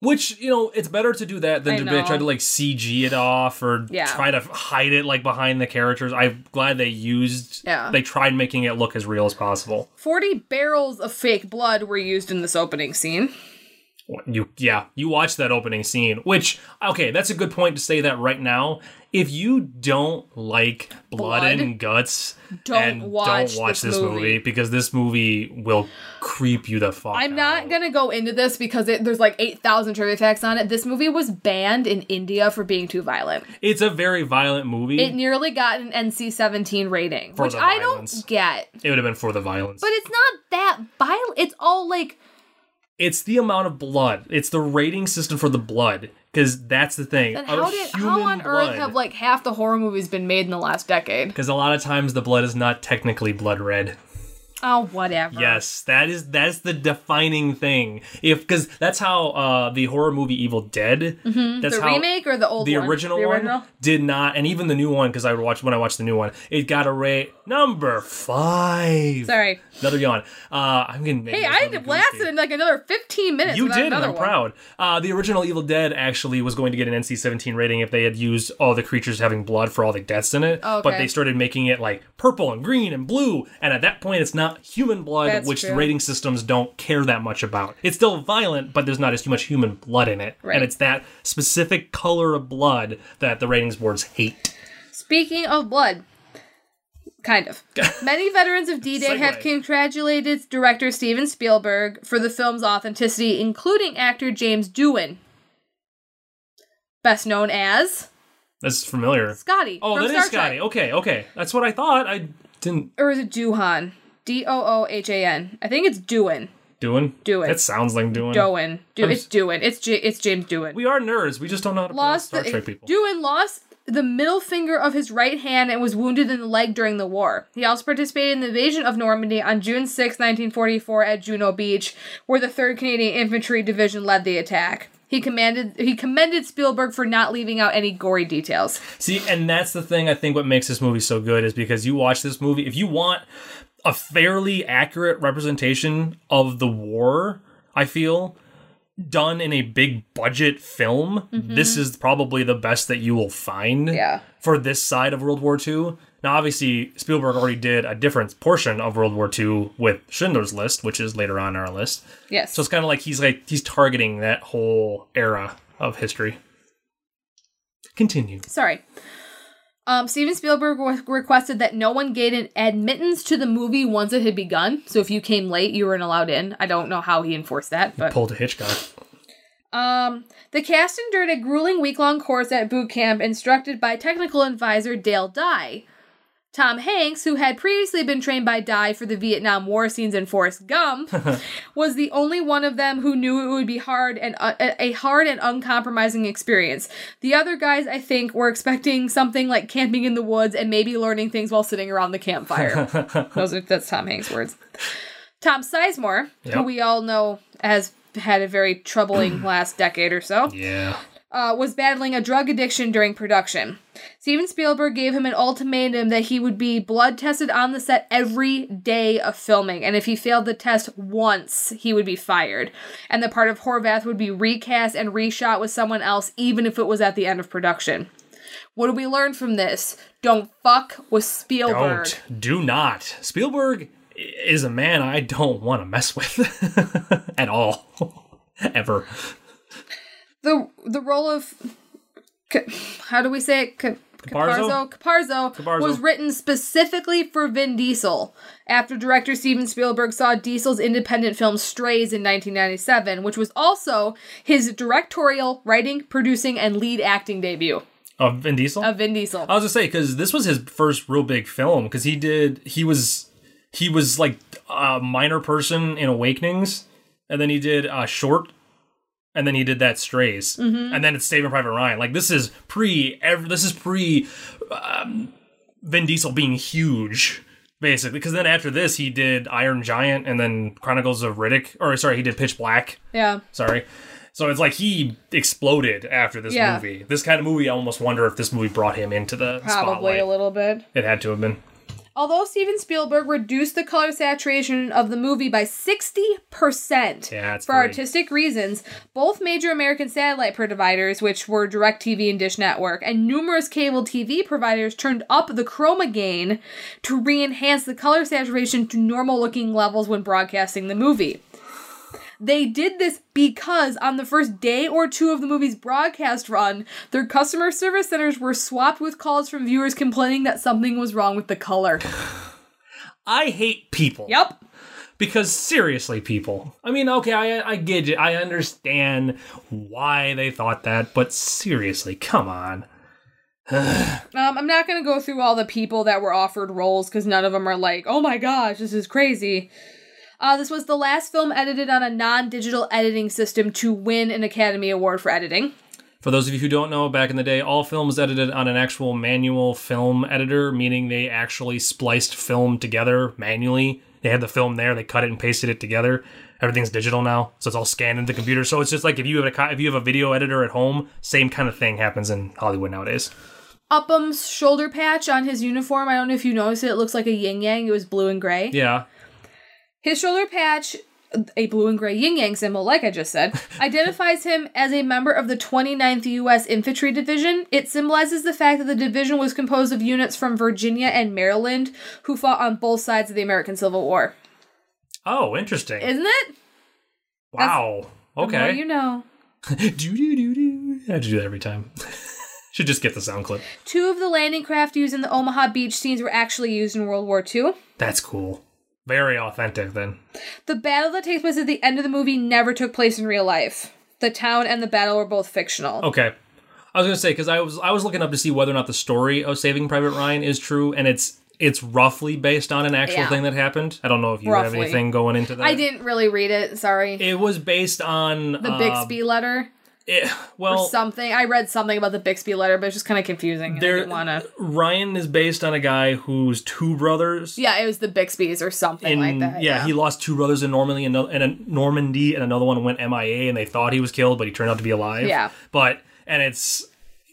[SPEAKER 2] Which you know, it's better to do that than
[SPEAKER 3] I
[SPEAKER 2] to be- try
[SPEAKER 3] know.
[SPEAKER 2] to like CG it off or
[SPEAKER 3] Yeah.
[SPEAKER 2] try to hide it like behind the characters. I'm glad they used.
[SPEAKER 3] Yeah.
[SPEAKER 2] They tried making it look as real as possible.
[SPEAKER 3] 40 barrels of fake blood were used in this opening scene.
[SPEAKER 2] You yeah, you watch that opening scene, which okay, that's a good point to say that right now. If you don't like blood,
[SPEAKER 3] Blood?
[SPEAKER 2] and guts,
[SPEAKER 3] Don't
[SPEAKER 2] and
[SPEAKER 3] watch
[SPEAKER 2] don't watch
[SPEAKER 3] this
[SPEAKER 2] this, movie.
[SPEAKER 3] movie.
[SPEAKER 2] because this movie will creep you the fuck.
[SPEAKER 3] I'm not
[SPEAKER 2] out.
[SPEAKER 3] gonna go into this because it, there's like 8,000 trivia facts on it. This movie was banned in India for being too violent.
[SPEAKER 2] It's a very violent movie.
[SPEAKER 3] It nearly got an NC 17 rating,
[SPEAKER 2] For
[SPEAKER 3] which
[SPEAKER 2] the
[SPEAKER 3] I
[SPEAKER 2] violence.
[SPEAKER 3] don't get.
[SPEAKER 2] it would have been for the violence.
[SPEAKER 3] But it's not that violent. It's all like,
[SPEAKER 2] it's the amount of blood. It's the rating system for the blood because that's the thing.
[SPEAKER 3] then
[SPEAKER 2] Of
[SPEAKER 3] how did how
[SPEAKER 2] human
[SPEAKER 3] on earth
[SPEAKER 2] blood-
[SPEAKER 3] have like half the horror movies been made in the last decade?
[SPEAKER 2] because a lot of times the blood is not technically blood red.
[SPEAKER 3] Oh, whatever.
[SPEAKER 2] Yes, that is that's the defining thing. If because that's how uh the horror movie Evil Dead. That's
[SPEAKER 3] Mm-hmm. The
[SPEAKER 2] how
[SPEAKER 3] remake or the old
[SPEAKER 2] the
[SPEAKER 3] one?
[SPEAKER 2] original, one did not, and even the new one because I watched when I watched the new one, it got a rate number five.
[SPEAKER 3] Sorry.
[SPEAKER 2] Another yawn. Uh, I'm getting.
[SPEAKER 3] Hey, I ended up lasting in like another 15 minutes.
[SPEAKER 2] You
[SPEAKER 3] without
[SPEAKER 2] did, and
[SPEAKER 3] another
[SPEAKER 2] I'm
[SPEAKER 3] one.
[SPEAKER 2] proud. Uh, the original Evil Dead actually was going to get an NC-17 rating if they had used all the creatures having blood for all the deaths in it, but
[SPEAKER 3] Oh, Okay.
[SPEAKER 2] they started making it like purple and green and blue, and at that point, it's not human blood,
[SPEAKER 3] That's
[SPEAKER 2] which the
[SPEAKER 3] true.
[SPEAKER 2] rating systems don't care that much about. It's still violent, but there's not as much human blood in it,
[SPEAKER 3] Right.
[SPEAKER 2] and it's that specific color of blood that the ratings boards hate.
[SPEAKER 3] Speaking of blood, Kind of. Many veterans of D Day have
[SPEAKER 2] Segue.
[SPEAKER 3] congratulated director Steven Spielberg for the film's authenticity, including actor James Doohan, best known as
[SPEAKER 2] That's familiar.
[SPEAKER 3] Scotty.
[SPEAKER 2] Oh,
[SPEAKER 3] from
[SPEAKER 2] that is
[SPEAKER 3] Star Trek.
[SPEAKER 2] Scotty. Oh. Okay, okay. That's what I thought. I didn't
[SPEAKER 3] Or is it Doohan? D O O H A N. I think it's Doohan.
[SPEAKER 2] doing.
[SPEAKER 3] Doing.
[SPEAKER 2] That sounds like doing.
[SPEAKER 3] Doan. Do,
[SPEAKER 2] I'm
[SPEAKER 3] it's
[SPEAKER 2] s-
[SPEAKER 3] Doohan. It's, J- it's James Doohan.
[SPEAKER 2] We are nerds. We just don't know how to pronounce
[SPEAKER 3] lost
[SPEAKER 2] Star
[SPEAKER 3] the,
[SPEAKER 2] Trek people.
[SPEAKER 3] Doohan lost the middle finger of his right hand and was wounded in the leg during the war. He also participated in the invasion of Normandy on June 6, 1944 at Juno Beach, where the 3rd Canadian Infantry Division led the attack. He commanded he commended Spielberg for not leaving out any gory details.
[SPEAKER 2] See, and that's the thing I think what makes this movie so good is because you watch this movie, if you want a fairly accurate representation of the war, I feel done in a big budget film, this is probably the best that you will find
[SPEAKER 3] Yeah.
[SPEAKER 2] for this side of World War II. Now, obviously, Spielberg already did a different portion of World War II with Schindler's List, which is later on in our list.
[SPEAKER 3] Yes.
[SPEAKER 2] So it's kind of like he's like he's targeting that whole era of history. Continue.
[SPEAKER 3] Sorry. Um, Steven Spielberg re- requested that no one get an admittance to the movie once it had begun. So if you came late, you weren't allowed in. I don't know how he enforced that, but
[SPEAKER 2] Pulled a Hitchcock.
[SPEAKER 3] Um, the cast endured a grueling week long course at boot camp instructed by technical advisor Dale Dye. Tom Hanks, who had previously been trained by Dye for the Vietnam War scenes in Forrest Gump, was the only one of them who knew it would be hard and uh, a hard and uncompromising experience. The other guys, I think, were expecting something like camping in the woods and maybe learning things while sitting around the campfire. Those are that's Tom Hanks' words. Tom Sizemore, who
[SPEAKER 2] Yep.
[SPEAKER 3] we all know has had a very troubling last decade or so,
[SPEAKER 2] Yeah.
[SPEAKER 3] uh, was battling a drug addiction during production. Steven Spielberg gave him an ultimatum that he would be blood tested on the set every day of filming, and if he failed the test once, he would be fired. And the part of Horvath would be recast and reshot with someone else, even if it was at the end of production. What do we learn from this? Don't fuck with Spielberg.
[SPEAKER 2] Don't. Do not. Spielberg i- is a man I don't want to mess with at all. Ever.
[SPEAKER 3] the the role of Ca- how do we say it? Ca-
[SPEAKER 2] Caparzo?
[SPEAKER 3] Caparzo. Caparzo,
[SPEAKER 2] Caparzo.
[SPEAKER 3] was written specifically for Vin Diesel after director Steven Spielberg saw Diesel's independent film Strays in 1997, which was also his directorial, writing, producing, and lead acting debut
[SPEAKER 2] Of Vin Diesel?
[SPEAKER 3] of Vin Diesel.
[SPEAKER 2] I was gonna say because this was his first real big film because he did he was he was like a minor person in Awakenings and then he did uh, short and then he did that Strays and then it's Saving Private Ryan like this is pre ev- this is pre um, Vin Diesel being huge basically because then after this he did Iron Giant and then Chronicles of Riddick or sorry he did Pitch Black
[SPEAKER 3] yeah.
[SPEAKER 2] sorry. So it's like he exploded after this
[SPEAKER 3] Yeah.
[SPEAKER 2] movie. This kind of movie, I almost wonder if this movie brought him into the
[SPEAKER 3] Probably
[SPEAKER 2] spotlight.
[SPEAKER 3] a little bit.
[SPEAKER 2] It had to have been.
[SPEAKER 3] Although Steven Spielberg reduced the color saturation of the movie by 60%
[SPEAKER 2] Yeah, it's
[SPEAKER 3] for
[SPEAKER 2] pretty.
[SPEAKER 3] artistic reasons, both major American satellite providers, which were DirecTV and Dish Network, and numerous cable TV providers turned up the chroma gain to re enhance the color saturation to normal looking levels when broadcasting the movie. They did this because on the first day or two of the movie's broadcast run, their customer service centers were swapped with calls from viewers complaining that something was wrong with the color.
[SPEAKER 2] I hate people.
[SPEAKER 3] Yep.
[SPEAKER 2] Because seriously, people. I mean, okay, I, I get it. I understand why they thought that, but seriously, come on.
[SPEAKER 3] Um, I'm not gonna go through all the people that were offered roles because none of them are like, oh my gosh, this is crazy. Uh, this was the last film edited on a non-digital editing system to win an Academy Award for editing.
[SPEAKER 2] For those of you who don't know, back in the day, all films edited on an actual manual film editor, meaning they actually spliced film together manually. They had the film there, they cut it and pasted it together. Everything's digital now, so it's all scanned into the computer. So it's just like if you have a co- if you have a video editor at home, same kind of thing happens in Hollywood nowadays.
[SPEAKER 3] Upham's shoulder patch on his uniform, I don't know if you noticed it, it looks like a yin yang. It was blue and gray.
[SPEAKER 2] Yeah,
[SPEAKER 3] His shoulder patch, a blue and gray yin yang symbol, like I just said, identifies him as a member of the 29th U.S. Infantry Division. It symbolizes the fact that the division was composed of units from Virginia and Maryland who fought on both sides of the American Civil War.
[SPEAKER 2] Oh, interesting.
[SPEAKER 3] Isn't it?
[SPEAKER 2] wow.
[SPEAKER 3] The more
[SPEAKER 2] Okay.
[SPEAKER 3] you know.
[SPEAKER 2] do do do do. I had to do that every time. Should just get the sound clip.
[SPEAKER 3] Two of the landing craft used in the Omaha beach scenes were actually used in World War II.
[SPEAKER 2] That's cool. Very authentic then.
[SPEAKER 3] The battle that takes place at the end of the movie never took place in real life. The town and the battle were both fictional.
[SPEAKER 2] Okay. I was gonna say because I was I was looking up to see whether or not the story of Saving Private Ryan is true, and it's it's roughly based on an actual
[SPEAKER 3] Yeah.
[SPEAKER 2] thing that happened. I don't know if you have
[SPEAKER 3] Roughly.
[SPEAKER 2] anything going into that.
[SPEAKER 3] I didn't really read it, sorry.
[SPEAKER 2] It um, was based on uh,
[SPEAKER 3] the Bixby letter
[SPEAKER 2] it-
[SPEAKER 3] or
[SPEAKER 2] well,
[SPEAKER 3] something. I read something about the Bixby letter, but it's just kind of confusing. I
[SPEAKER 2] There-
[SPEAKER 3] didn't want to.
[SPEAKER 2] Ryan is based on a guy whose two brothers.
[SPEAKER 3] Yeah, it was the Bixbys or something like
[SPEAKER 2] in-
[SPEAKER 3] that.
[SPEAKER 2] yeah, he lost two brothers in Normandy and, ano- and a Normandy, and another one went MIA, and they thought he was killed, but he turned out to be alive.
[SPEAKER 3] Yeah.
[SPEAKER 2] but and it's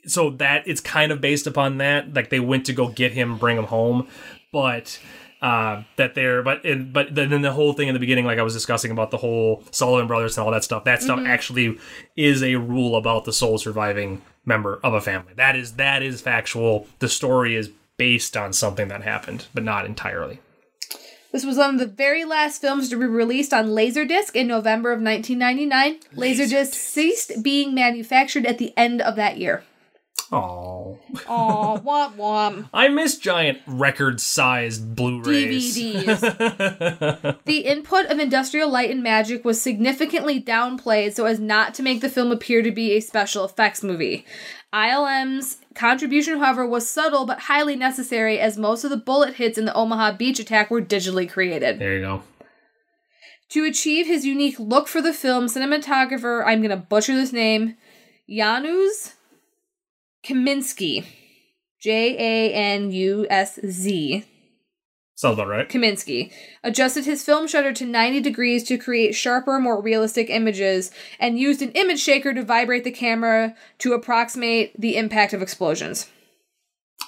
[SPEAKER 2] so that it's kind of based upon that. Like they went to go get him, bring him home, but uh, that they're but and, but then then the whole thing in the beginning, like I was discussing about the whole Sullivan brothers and all that stuff. That
[SPEAKER 3] Mm-hmm.
[SPEAKER 2] stuff actually is a rule about the sole surviving member of a family. That is that is factual. The story is based on something that happened, but not entirely.
[SPEAKER 3] This was one of the very last films to be released on Laserdisc in November of 1999. Laserdisc ceased being manufactured at the end of that year.
[SPEAKER 2] Oh.
[SPEAKER 3] Aw, womp womp.
[SPEAKER 2] I miss giant record sized Blu rays.
[SPEAKER 3] DVDs. the input of Industrial Light and Magic was significantly downplayed so as not to make the film appear to be a special effects movie. ILM's contribution, however, was subtle but highly necessary as most of the bullet hits in the Omaha Beach attack were digitally created.
[SPEAKER 2] There you go.
[SPEAKER 3] To achieve his unique look for the film, cinematographer, I'm going to butcher this name, Janusz Kaminsky. J A N U S Z.
[SPEAKER 2] Sounds about right.
[SPEAKER 3] Kaminsky adjusted his film shutter to 90 degrees to create sharper, more realistic images, and used an image shaker to vibrate the camera to approximate the impact of explosions.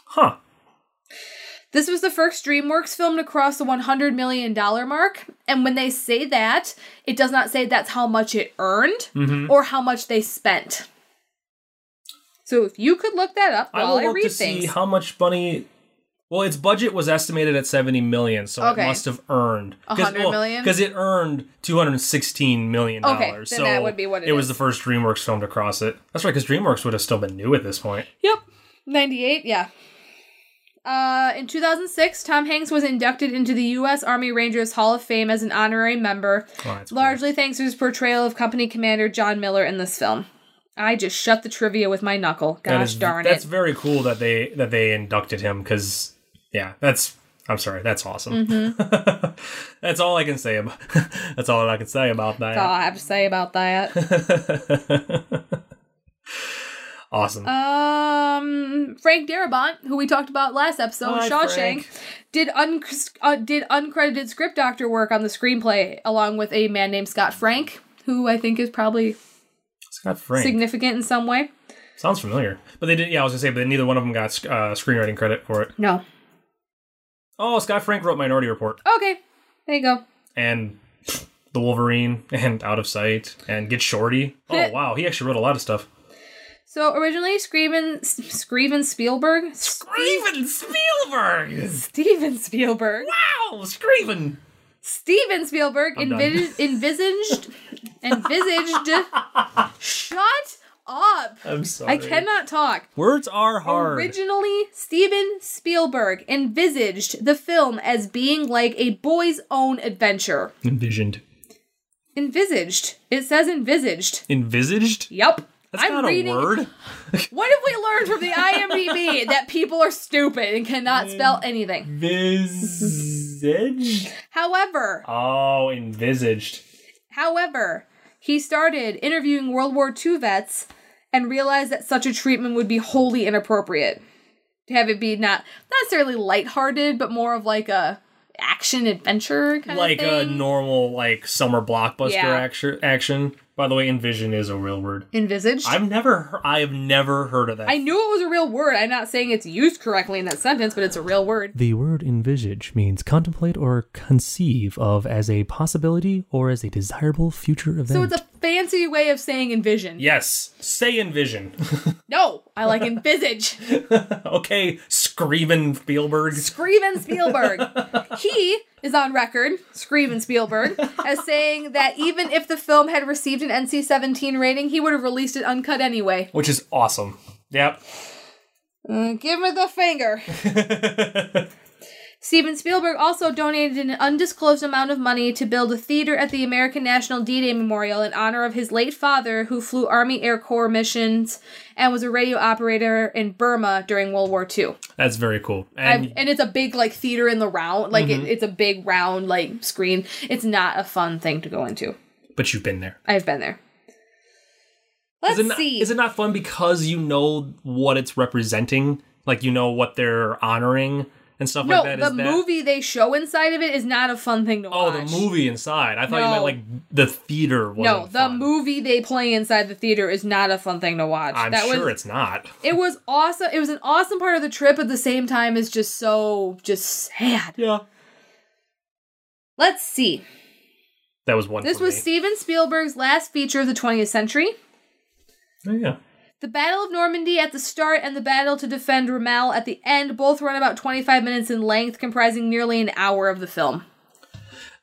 [SPEAKER 2] Huh.
[SPEAKER 3] This was the first DreamWorks film to cross the $100 million mark, and when they say that, it does not say that's how much it earned
[SPEAKER 2] Mm-hmm.
[SPEAKER 3] or how much they spent. So if you could look that up
[SPEAKER 2] I
[SPEAKER 3] while
[SPEAKER 2] will
[SPEAKER 3] I,
[SPEAKER 2] look to
[SPEAKER 3] read
[SPEAKER 2] see
[SPEAKER 3] things.
[SPEAKER 2] how much money. Well, its budget was estimated at seventy million, so
[SPEAKER 3] Okay.
[SPEAKER 2] it must have earned
[SPEAKER 3] A hundred million?
[SPEAKER 2] because it earned two hundred sixteen million dollars.
[SPEAKER 3] Okay, then
[SPEAKER 2] so
[SPEAKER 3] that would be what it
[SPEAKER 2] was
[SPEAKER 3] is.
[SPEAKER 2] the first DreamWorks film to cross it. That's right, because DreamWorks would have still been new at this point.
[SPEAKER 3] Yep. 98, yeah. Uh, in 2006, Tom Hanks was inducted into the U.S. Army Rangers Hall of Fame as an honorary member,
[SPEAKER 2] Oh, that's cool.
[SPEAKER 3] largely thanks to his portrayal of Company Commander John Miller in this film. I just shut the trivia with my knuckle. Gosh
[SPEAKER 2] That is-
[SPEAKER 3] darn
[SPEAKER 2] That's
[SPEAKER 3] it.
[SPEAKER 2] very cool that they that they inducted him because yeah, that's I'm sorry, that's awesome.
[SPEAKER 3] Mm-hmm.
[SPEAKER 2] that's all I can say about that's all I can say about that.
[SPEAKER 3] That's all I have to say about that.
[SPEAKER 2] Awesome.
[SPEAKER 3] uh, um, Frank Darabont, who we talked about last episode,
[SPEAKER 2] Hi,
[SPEAKER 3] Shawshank,
[SPEAKER 2] Frank.
[SPEAKER 3] did un- uh, did uncredited script doctor work on the screenplay along with a man named Scott Frank, who I think is probably
[SPEAKER 2] Scott Frank
[SPEAKER 3] significant in some way.
[SPEAKER 2] sounds familiar, but they didn't. Yeah, I was gonna say, but neither one of them got uh, screenwriting credit for it.
[SPEAKER 3] No.
[SPEAKER 2] Oh, Scott Frank wrote Minority Report
[SPEAKER 3] Okay. There you go.
[SPEAKER 2] and The Wolverine and Out of Sight and Get Shorty. Oh wow, he actually wrote a lot of stuff.
[SPEAKER 3] So originally, Screven, Screven Spielberg,
[SPEAKER 2] Steven Spielberg.
[SPEAKER 3] Steven Spielberg,
[SPEAKER 2] Wow, Screven.
[SPEAKER 3] Steven Spielberg
[SPEAKER 2] I'm done.
[SPEAKER 3] envis- envisaged, envisaged. shut up!
[SPEAKER 2] I'm sorry.
[SPEAKER 3] I cannot talk.
[SPEAKER 2] Words are hard.
[SPEAKER 3] Originally, Steven Spielberg envisaged the film as being like a boy's own adventure.
[SPEAKER 2] Envisioned.
[SPEAKER 3] Envisaged. It says envisaged.
[SPEAKER 2] Envisaged?
[SPEAKER 3] Yup.
[SPEAKER 2] That's
[SPEAKER 3] I'm
[SPEAKER 2] not
[SPEAKER 3] reading
[SPEAKER 2] a word.
[SPEAKER 3] What have we learned from the IMDb that people are stupid and cannot
[SPEAKER 2] Mm.
[SPEAKER 3] spell anything?
[SPEAKER 2] Visaged?
[SPEAKER 3] However,
[SPEAKER 2] Oh, envisaged.
[SPEAKER 3] however, he started interviewing World War II vets and realized that such a treatment would be wholly inappropriate. To have it be not not necessarily lighthearted, but more of like a action adventure kind
[SPEAKER 2] Like
[SPEAKER 3] of thing.
[SPEAKER 2] a normal, like, summer blockbuster
[SPEAKER 3] Yeah.
[SPEAKER 2] action, action. By the way, envision is a real word.
[SPEAKER 3] envisaged. i
[SPEAKER 2] I've never, he- I have never heard of that.
[SPEAKER 3] knew it was a real word. I'm not saying it's used correctly in that sentence, but it's a real word.
[SPEAKER 4] The word envisage means contemplate or conceive of as a possibility or as a desirable future event.
[SPEAKER 3] So it's a fancy way of saying envision.
[SPEAKER 2] yes, say envision.
[SPEAKER 3] No, I like envisage.
[SPEAKER 2] okay, Screven Spielberg.
[SPEAKER 3] Screven Spielberg. he is on record, Screven Spielberg, as saying that even if the film had received an NC 17 rating, he would have released it uncut anyway.
[SPEAKER 2] Which is awesome. Yep.
[SPEAKER 3] Uh, give me the finger. Steven Spielberg also donated an undisclosed amount of money to build a theater at the American National D Day Memorial in honor of his late father, who flew Army Air Corps missions and was a radio operator in Burma during World War II.
[SPEAKER 2] That's very cool.
[SPEAKER 3] I've-
[SPEAKER 2] And
[SPEAKER 3] And, it's a big, like, theater in the round. Like,
[SPEAKER 2] Mm-hmm.
[SPEAKER 3] it, it's a big, round, like, screen. It's not a fun thing to go into.
[SPEAKER 2] but you've been there.
[SPEAKER 3] I've been there. Let's
[SPEAKER 2] is it not,
[SPEAKER 3] see.
[SPEAKER 2] Is it not fun because you know what it's representing? Like you know what they're honoring and stuff
[SPEAKER 3] no,
[SPEAKER 2] like that.
[SPEAKER 3] the
[SPEAKER 2] Is that-
[SPEAKER 3] movie they show inside of it is not a fun thing to
[SPEAKER 2] Oh,
[SPEAKER 3] watch.
[SPEAKER 2] the movie inside. I thought you
[SPEAKER 3] No.
[SPEAKER 2] meant like the theater. was
[SPEAKER 3] No, the movie they play inside the theater is not a fun thing to watch.
[SPEAKER 2] I'm
[SPEAKER 3] that
[SPEAKER 2] sure
[SPEAKER 3] was
[SPEAKER 2] it's not.
[SPEAKER 3] it was awesome. It was an awesome part of the trip at the same time is just so just sad.
[SPEAKER 2] Yeah,
[SPEAKER 3] Let's see.
[SPEAKER 2] that was one.
[SPEAKER 3] This
[SPEAKER 2] for
[SPEAKER 3] was
[SPEAKER 2] me.
[SPEAKER 3] Steven Spielberg's last feature of the 20th century.
[SPEAKER 2] Oh, yeah.
[SPEAKER 3] The Battle of Normandy at the start and the battle to defend Ramel at the end both run about 25 minutes in length, comprising nearly an hour of the film.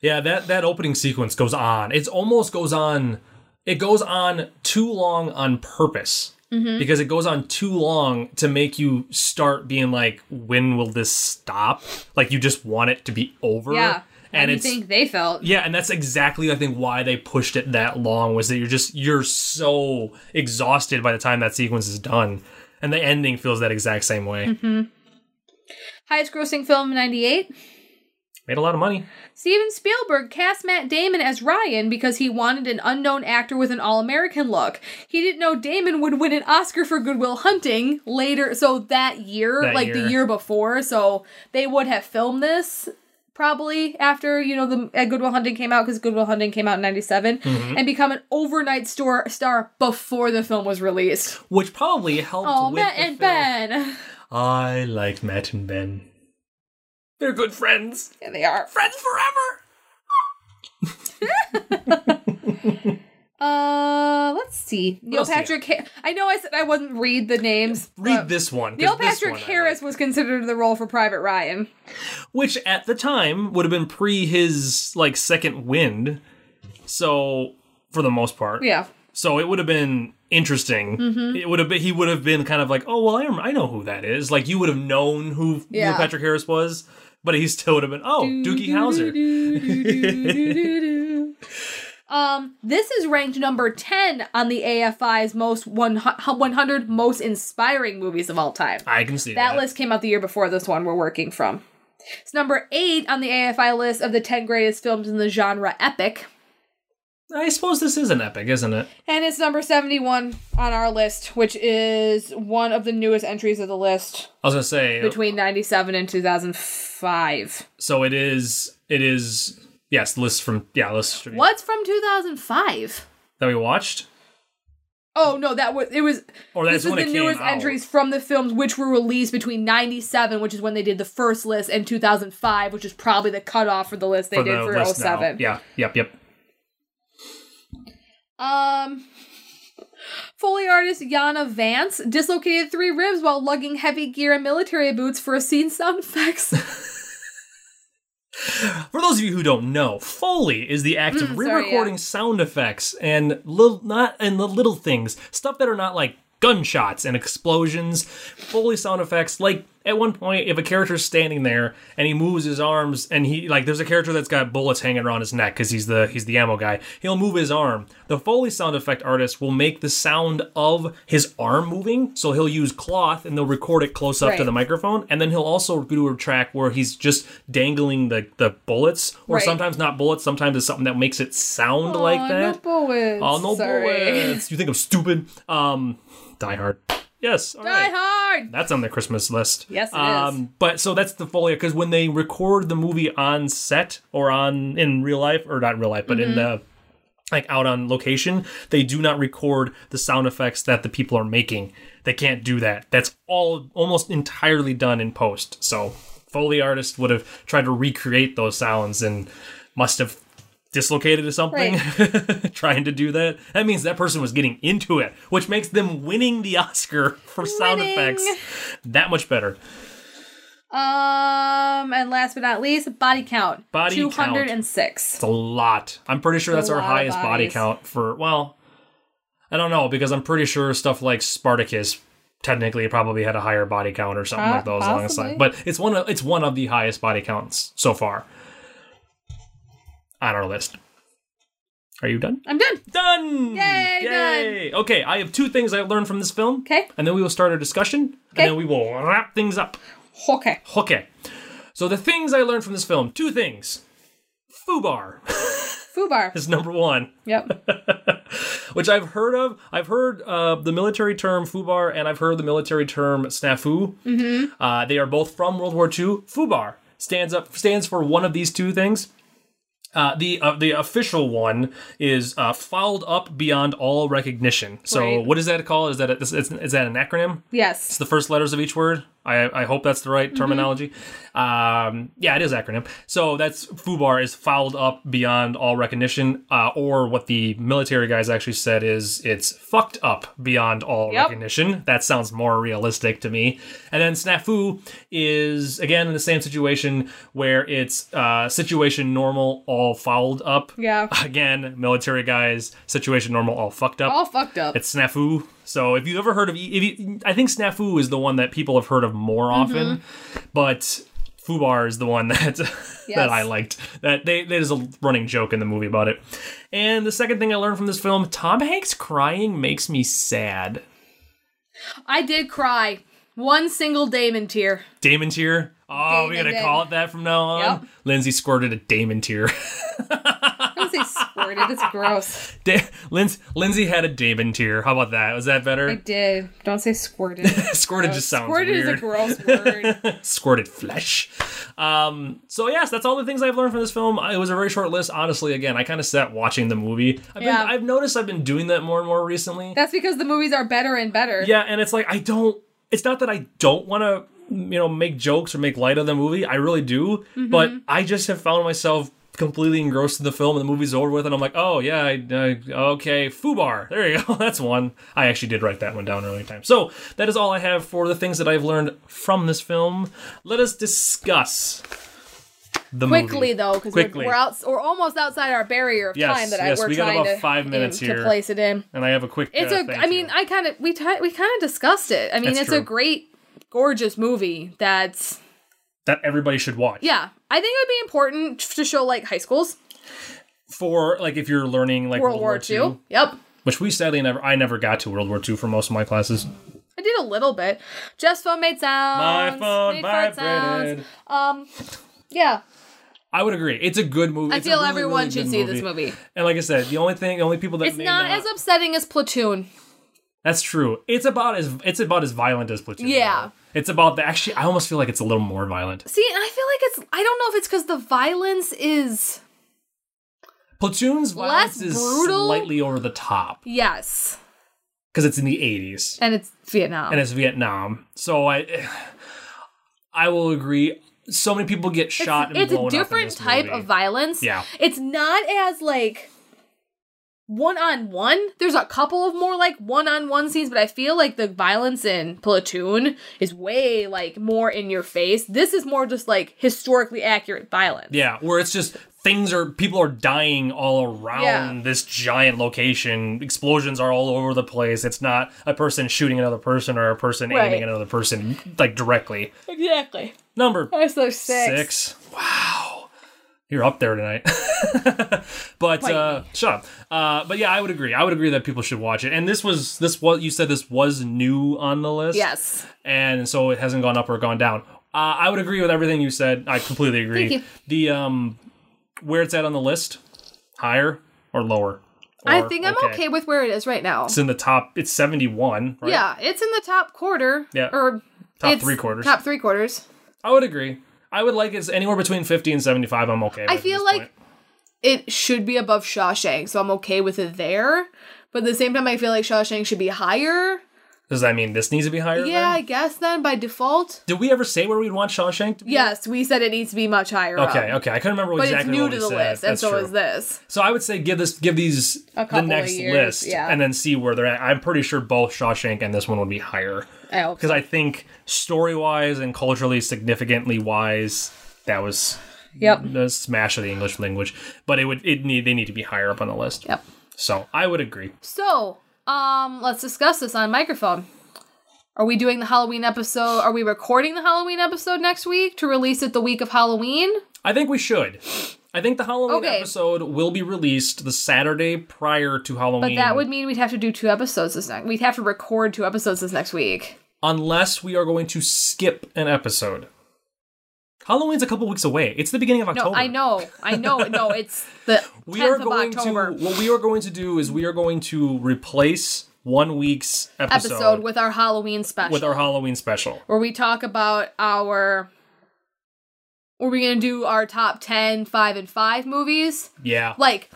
[SPEAKER 2] Yeah, that that opening sequence goes on. It's almost goes on. It goes on too long on purpose
[SPEAKER 3] Mm-hmm.
[SPEAKER 2] because it goes on too long to make you start being like, when will this stop? Like you just want it to be over.
[SPEAKER 3] Yeah. How
[SPEAKER 2] and
[SPEAKER 3] do you
[SPEAKER 2] it's
[SPEAKER 3] think they felt?
[SPEAKER 2] yeah, and that's exactly I think why they pushed it that long was that you're just you're so exhausted by the time that sequence is done, and the ending feels that exact same way.
[SPEAKER 3] Mm-hmm. Highest grossing film of 98.
[SPEAKER 2] Made a lot of money.
[SPEAKER 3] Steven Spielberg cast Matt Damon as Ryan because he wanted an unknown actor with an all American look. He didn't know Damon would win an Oscar for Goodwill Hunting later, so that year,
[SPEAKER 2] That
[SPEAKER 3] like
[SPEAKER 2] year.
[SPEAKER 3] the year before, so they would have filmed this probably after, you know, the uh, Goodwill Hunting came out because Goodwill Hunting came out in 97
[SPEAKER 2] Mm-hmm.
[SPEAKER 3] and become an overnight store star before the film was released.
[SPEAKER 2] Which probably helped
[SPEAKER 3] Oh,
[SPEAKER 2] with
[SPEAKER 3] Matt
[SPEAKER 2] the
[SPEAKER 3] and
[SPEAKER 2] film.
[SPEAKER 3] Ben.
[SPEAKER 2] I like Matt and Ben. They're good friends.
[SPEAKER 3] Yeah, they are.
[SPEAKER 2] Friends forever.
[SPEAKER 3] Uh, let's see. Neil
[SPEAKER 2] else do you
[SPEAKER 3] Patrick. Ha- I know I said I wouldn't read the names.
[SPEAKER 2] Read
[SPEAKER 3] but-
[SPEAKER 2] this one. 'cause
[SPEAKER 3] Uh, Neil
[SPEAKER 2] this
[SPEAKER 3] Patrick
[SPEAKER 2] one I
[SPEAKER 3] Harris was considered the role for Private Ryan.
[SPEAKER 2] like. which at the time would have been pre his like second wind. So for the most part,
[SPEAKER 3] Yeah.
[SPEAKER 2] So it would have been interesting.
[SPEAKER 3] Mm-hmm.
[SPEAKER 2] It would have been he would have been kind of like, oh well, I, rem- I know who that is. Like you would have known who
[SPEAKER 3] Yeah.
[SPEAKER 2] Neil Patrick Harris was, but he still would have been, oh, Doogie Howser.
[SPEAKER 3] um, this is ranked number 10 on the AFI's most one hu- 100 most inspiring movies of all time.
[SPEAKER 2] I can see that.
[SPEAKER 3] That list came out the year before this one we're working from. It's number 8 on the AFI list of the 10 greatest films in the genre epic.
[SPEAKER 2] I suppose this is an epic, isn't it?
[SPEAKER 3] And it's number 71 on our list, which is one of the newest entries of the list
[SPEAKER 2] I was gonna say
[SPEAKER 3] between 97 and 2005.
[SPEAKER 2] so it is it is yes list from yeah list from-
[SPEAKER 3] What's from 2005?
[SPEAKER 2] that we watched
[SPEAKER 3] Oh no, that was it was
[SPEAKER 2] or
[SPEAKER 3] this
[SPEAKER 2] that's
[SPEAKER 3] is
[SPEAKER 2] when
[SPEAKER 3] the
[SPEAKER 2] it came
[SPEAKER 3] newest
[SPEAKER 2] out.
[SPEAKER 3] entries from the films which were released between 97, which is when they did the first list, and 2005, which is probably the cutoff for the list they
[SPEAKER 2] for
[SPEAKER 3] did
[SPEAKER 2] the
[SPEAKER 3] for
[SPEAKER 2] list now.
[SPEAKER 3] 07.
[SPEAKER 2] Yeah, yep, yep.
[SPEAKER 3] Um Foley artist Yana Vance dislocated three ribs while lugging heavy gear and military boots for a scene sound effects.
[SPEAKER 2] For those of you who don't know, Foley is the act of
[SPEAKER 3] Mm, sorry,
[SPEAKER 2] re-recording
[SPEAKER 3] yeah.
[SPEAKER 2] sound effects and little not and the little things, stuff that are not like gunshots and explosions, Foley sound effects. Like at one point, if a character's standing there and he moves his arms and he like there's a character that's got bullets hanging around his neck because he's the he's the ammo guy. He'll move his arm. The Foley sound effect artist will make the sound of his arm moving, so he'll use cloth and they'll record it close up to
[SPEAKER 3] Right.
[SPEAKER 2] the microphone, and then he'll also do a track where he's just dangling the, the bullets, or
[SPEAKER 3] Right.
[SPEAKER 2] sometimes not bullets, sometimes it's something that makes it sound
[SPEAKER 3] Aw,
[SPEAKER 2] like that.
[SPEAKER 3] No bullets.
[SPEAKER 2] Oh, no
[SPEAKER 3] Sorry.
[SPEAKER 2] bullets. You think I'm stupid. Um, Die Hard. Yes. all
[SPEAKER 3] Die
[SPEAKER 2] right.
[SPEAKER 3] hard.
[SPEAKER 2] That's on the Christmas list. Um,
[SPEAKER 3] Yes, it is.
[SPEAKER 2] But so that's the folio because when they record the movie on set or on in real life or not in real life, but
[SPEAKER 3] Mm-hmm.
[SPEAKER 2] in the like out on location, they do not record the sound effects that the people are making. They can't do that. That's all almost entirely done in post. So Foley artist would have tried to recreate those sounds and must have dislocated or something trying to do that. That means that person was getting into it, which makes them winning the Oscar for sound
[SPEAKER 3] Winning.
[SPEAKER 2] effects that much better.
[SPEAKER 3] Um, and last but not least, body count.
[SPEAKER 2] Body count.
[SPEAKER 3] 206.
[SPEAKER 2] It's a lot. I'm pretty sure
[SPEAKER 3] It's
[SPEAKER 2] that's
[SPEAKER 3] a
[SPEAKER 2] our
[SPEAKER 3] lot of
[SPEAKER 2] highest body
[SPEAKER 3] bodies.
[SPEAKER 2] count for well, I don't know because I'm pretty sure stuff like Spartacus technically it probably had a higher body count or something
[SPEAKER 3] Po-
[SPEAKER 2] like those along the
[SPEAKER 3] possibly.
[SPEAKER 2] side. But it's one of it's one of the highest body counts so far on our list. Are you done?
[SPEAKER 3] I'm done.
[SPEAKER 2] Done!
[SPEAKER 3] Yay,
[SPEAKER 2] Okay, I have two things I learned from this film.
[SPEAKER 3] Okay.
[SPEAKER 2] And then we will start our discussion.
[SPEAKER 3] Okay.
[SPEAKER 2] And then we will wrap things up.
[SPEAKER 3] Okay.
[SPEAKER 2] Okay. So the things I learned from this film, two things. Fubar
[SPEAKER 3] Fubar.
[SPEAKER 2] is number one
[SPEAKER 3] Yep.
[SPEAKER 2] which I've heard of. I've heard uh, the military term FUBAR and I've heard the military term SNAFU. Mm-hmm. Uh, they are both from World War II. FUBAR stands up stands for one of these two things. Uh, the uh, the official one is uh, fouled up beyond all recognition. So
[SPEAKER 3] Right.
[SPEAKER 2] what is that called? Is that a, is, is that an acronym?
[SPEAKER 3] Yes.
[SPEAKER 2] the first letters of each word. I, I hope that's the
[SPEAKER 3] Mm-hmm.
[SPEAKER 2] right terminology. Um, yeah, it is acronym. So that's FUBAR is fouled up beyond all recognition, uh, or what the military guys actually said is it's fucked up beyond all
[SPEAKER 3] Yep.
[SPEAKER 2] recognition. That sounds more realistic to me. And then SNAFU is again in the same situation where it's uh, situation normal all fouled up.
[SPEAKER 3] Yeah.
[SPEAKER 2] Again, military guys situation normal all fucked up.
[SPEAKER 3] All fucked up.
[SPEAKER 2] It's snafu. So if you've ever heard of, if you, I think snafu is the one that people have heard of
[SPEAKER 3] Mm-hmm.
[SPEAKER 2] more often, but fubar is the one that that I liked. That they there's a running joke in the movie about it. And the second thing I learned from this film, Tom Hanks crying makes me sad.
[SPEAKER 3] I did cry. One single Damon tear.
[SPEAKER 2] Damon tear. Oh, we
[SPEAKER 3] Damon
[SPEAKER 2] gotta
[SPEAKER 3] did.
[SPEAKER 2] call it that from now on.
[SPEAKER 3] Yep.
[SPEAKER 2] Lindsay squirted a Damon tear.
[SPEAKER 3] I don't say squirted. It's gross.
[SPEAKER 2] da- Lindsay, Lindsay had a Damon tear. How about that? Was that
[SPEAKER 3] I
[SPEAKER 2] better?
[SPEAKER 3] did. Don't say squirted.
[SPEAKER 2] Squirted just sounds
[SPEAKER 3] uh, squirted
[SPEAKER 2] weird.
[SPEAKER 3] is a gross word.
[SPEAKER 2] squirted flesh. Um, so yes, that's all the things I've learned from this film. It was a very short list, honestly. Again, I kind of sat watching the movie. I've,
[SPEAKER 3] Yeah.
[SPEAKER 2] been, I've noticed I've been doing that more and more recently.
[SPEAKER 3] That's because the movies are better and better.
[SPEAKER 2] yeah, and it's like I don't. It's not that I don't want to, you know, make jokes or make light of the movie. I really do,
[SPEAKER 3] Mm-hmm.
[SPEAKER 2] but I just have found myself completely engrossed in the film and the movie's over with and I'm like, "Oh, yeah, I, I okay, Fubar. There you go. That's one. I actually did write that one down earlier time. So, that is all I have for the things that I've learned from this film. Let us discuss the
[SPEAKER 3] Quickly
[SPEAKER 2] movie.
[SPEAKER 3] though, because we're,
[SPEAKER 2] Quickly.
[SPEAKER 3] we're out, we're almost outside our barrier of
[SPEAKER 2] Yes,
[SPEAKER 3] time that
[SPEAKER 2] yes,
[SPEAKER 3] I we're
[SPEAKER 2] we got
[SPEAKER 3] trying
[SPEAKER 2] about
[SPEAKER 3] to,
[SPEAKER 2] five minutes
[SPEAKER 3] to
[SPEAKER 2] here.
[SPEAKER 3] place it in.
[SPEAKER 2] And I have a quick
[SPEAKER 3] It's
[SPEAKER 2] uh,
[SPEAKER 3] a. I
[SPEAKER 2] thank
[SPEAKER 3] mean,
[SPEAKER 2] you.
[SPEAKER 3] I kind of we t- we kind of discussed it. I mean,
[SPEAKER 2] That's
[SPEAKER 3] it's a
[SPEAKER 2] true.
[SPEAKER 3] great, gorgeous movie. That's
[SPEAKER 2] that everybody should watch.
[SPEAKER 3] yeah. I think it would be important to show like high schools,
[SPEAKER 2] For like if you're learning like
[SPEAKER 3] World, War,
[SPEAKER 2] II,
[SPEAKER 3] II. Yep,
[SPEAKER 2] which we sadly never I never got to World War II for most of my classes.
[SPEAKER 3] I did a little bit. Jeff's phone made sounds.
[SPEAKER 2] My phone
[SPEAKER 3] made fart
[SPEAKER 2] vibrated.
[SPEAKER 3] Um, yeah.
[SPEAKER 2] I would agree. It's a good movie.
[SPEAKER 3] I
[SPEAKER 2] It's a
[SPEAKER 3] feel
[SPEAKER 2] really,
[SPEAKER 3] everyone
[SPEAKER 2] really
[SPEAKER 3] should
[SPEAKER 2] good
[SPEAKER 3] see this movie.
[SPEAKER 2] And like I said, the only thing, the only people that
[SPEAKER 3] It's
[SPEAKER 2] may
[SPEAKER 3] not, as upsetting as Platoon.
[SPEAKER 2] that's true. It's about as it's about as violent as Platoon.
[SPEAKER 3] Yeah.
[SPEAKER 2] though. It's about the actually. I almost feel like it's a little more violent.
[SPEAKER 3] See, and I feel like it's. I don't know if it's because the violence is
[SPEAKER 2] Platoon's
[SPEAKER 3] Less
[SPEAKER 2] violence is
[SPEAKER 3] brutal?
[SPEAKER 2] slightly over the top
[SPEAKER 3] yes,
[SPEAKER 2] because it's in the eighties.
[SPEAKER 3] and it's Vietnam.
[SPEAKER 2] and it's Vietnam. So I, I will agree. So many people get shot and
[SPEAKER 3] it's
[SPEAKER 2] blown
[SPEAKER 3] a
[SPEAKER 2] up in
[SPEAKER 3] different
[SPEAKER 2] this
[SPEAKER 3] type
[SPEAKER 2] movie.
[SPEAKER 3] of violence.
[SPEAKER 2] Yeah.
[SPEAKER 3] It's not as like one on one. There's a couple of more like one on one scenes, but I feel like the violence in Platoon is way like more in your face. This is more just like historically accurate violence.
[SPEAKER 2] Yeah, where it's just things are people are dying all around
[SPEAKER 3] Yeah.
[SPEAKER 2] this giant location. Explosions are all over the place. It's not a person shooting another person or a person
[SPEAKER 3] Right.
[SPEAKER 2] aiming another person like directly.
[SPEAKER 3] Exactly.
[SPEAKER 2] Number
[SPEAKER 3] That's so
[SPEAKER 2] six. Wow. You're up there tonight. but uh, shut up. Uh, but yeah, I would agree. I would agree that people should watch it. And this was this was you said this was new on the list.
[SPEAKER 3] Yes.
[SPEAKER 2] and so it hasn't gone up or gone down. Uh, I would agree with everything you said. I completely agree.
[SPEAKER 3] Thank you.
[SPEAKER 2] The um, where it's at on the list, higher or lower?
[SPEAKER 3] I
[SPEAKER 2] Or
[SPEAKER 3] think I'm okay. with where it is right now.
[SPEAKER 2] It's in the top. It's seventy one. Right?
[SPEAKER 3] Yeah, it's in the top quarter.
[SPEAKER 2] Yeah.
[SPEAKER 3] Or
[SPEAKER 2] Top
[SPEAKER 3] it's
[SPEAKER 2] three quarters.
[SPEAKER 3] Top three quarters.
[SPEAKER 2] I would agree. I would like it's anywhere between fifty and seventy five. I'm okay.
[SPEAKER 3] I
[SPEAKER 2] with at
[SPEAKER 3] feel
[SPEAKER 2] this
[SPEAKER 3] like
[SPEAKER 2] point.
[SPEAKER 3] it should be above Shawshank, so I'm okay with it there. But at the same time, I feel like Shawshank should be higher.
[SPEAKER 2] does that mean this needs to be higher?
[SPEAKER 3] Yeah,
[SPEAKER 2] then?
[SPEAKER 3] I guess then by default.
[SPEAKER 2] Did we ever say where we'd want Shawshank? To be?
[SPEAKER 3] Yes, we said it needs to be much higher. up.
[SPEAKER 2] Okay. Okay. I couldn't remember
[SPEAKER 3] Uh, But
[SPEAKER 2] exactly
[SPEAKER 3] it's new
[SPEAKER 2] what
[SPEAKER 3] to
[SPEAKER 2] we
[SPEAKER 3] the
[SPEAKER 2] said.
[SPEAKER 3] list, and
[SPEAKER 2] That's
[SPEAKER 3] so
[SPEAKER 2] true.
[SPEAKER 3] is this.
[SPEAKER 2] So I would say give this give these
[SPEAKER 3] couple
[SPEAKER 2] the
[SPEAKER 3] of
[SPEAKER 2] next
[SPEAKER 3] years,
[SPEAKER 2] list
[SPEAKER 3] yeah.
[SPEAKER 2] and then see where they're at. I'm pretty sure both Shawshank and this one would be higher.
[SPEAKER 3] I hope
[SPEAKER 2] because I think story wise and culturally significantly wise, that was
[SPEAKER 3] Yep.
[SPEAKER 2] the smash of the English language. But it would it need they need to be higher up on the list.
[SPEAKER 3] Yep.
[SPEAKER 2] So I would agree.
[SPEAKER 3] So, um, let's discuss this on microphone. Are we doing the Halloween episode? Are we recording the Halloween episode next week to release it the week of Halloween?
[SPEAKER 2] I think we should. I think the Halloween
[SPEAKER 3] Okay.
[SPEAKER 2] episode will be released the Saturday prior to
[SPEAKER 3] But
[SPEAKER 2] Halloween.
[SPEAKER 3] that would mean we'd have to do two episodes this next. We'd have to record two episodes this next week.
[SPEAKER 2] unless we are going to skip an episode. Halloween's a couple weeks away. It's the beginning of
[SPEAKER 3] No,
[SPEAKER 2] October.
[SPEAKER 3] I know, I know. No, it's the
[SPEAKER 2] We
[SPEAKER 3] 10th
[SPEAKER 2] are
[SPEAKER 3] of
[SPEAKER 2] going
[SPEAKER 3] October
[SPEAKER 2] to what we are going to do is we are going to replace one week's episode,
[SPEAKER 3] episode, with our Halloween special,
[SPEAKER 2] with our Halloween special.
[SPEAKER 3] where we talk about our. Were we gonna do our top 10, 5 and five movies?
[SPEAKER 2] Yeah.
[SPEAKER 3] Like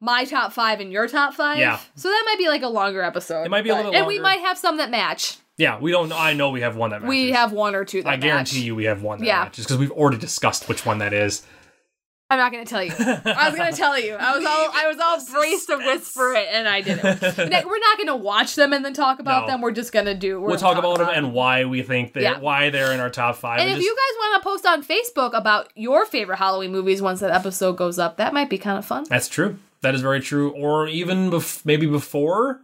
[SPEAKER 3] my top five and your top five.
[SPEAKER 2] Yeah.
[SPEAKER 3] So that might be like a longer episode.
[SPEAKER 2] It might be a
[SPEAKER 3] but-
[SPEAKER 2] little
[SPEAKER 3] and we
[SPEAKER 2] longer.
[SPEAKER 3] might have some that match.
[SPEAKER 2] yeah, we don't I know we have one that matches.
[SPEAKER 3] We have one or two that
[SPEAKER 2] I
[SPEAKER 3] match.
[SPEAKER 2] guarantee you we have one that
[SPEAKER 3] Yeah.
[SPEAKER 2] matches because we've already discussed which one that is.
[SPEAKER 3] I'm not gonna tell you. I was gonna tell you. I was all I was all braced to whisper it, and I didn't. Nick, we're not gonna watch them and then talk about
[SPEAKER 2] No.
[SPEAKER 3] them. We're just gonna do. We're
[SPEAKER 2] We'll talk about them
[SPEAKER 3] and.
[SPEAKER 2] and why we think they
[SPEAKER 3] Yeah.
[SPEAKER 2] why they're in our top five.
[SPEAKER 3] And if
[SPEAKER 2] just-
[SPEAKER 3] you guys want to post on Facebook about your favorite Halloween movies once that episode goes up, that might be kind of fun.
[SPEAKER 2] That's true. That is very true. Or even bef- maybe before,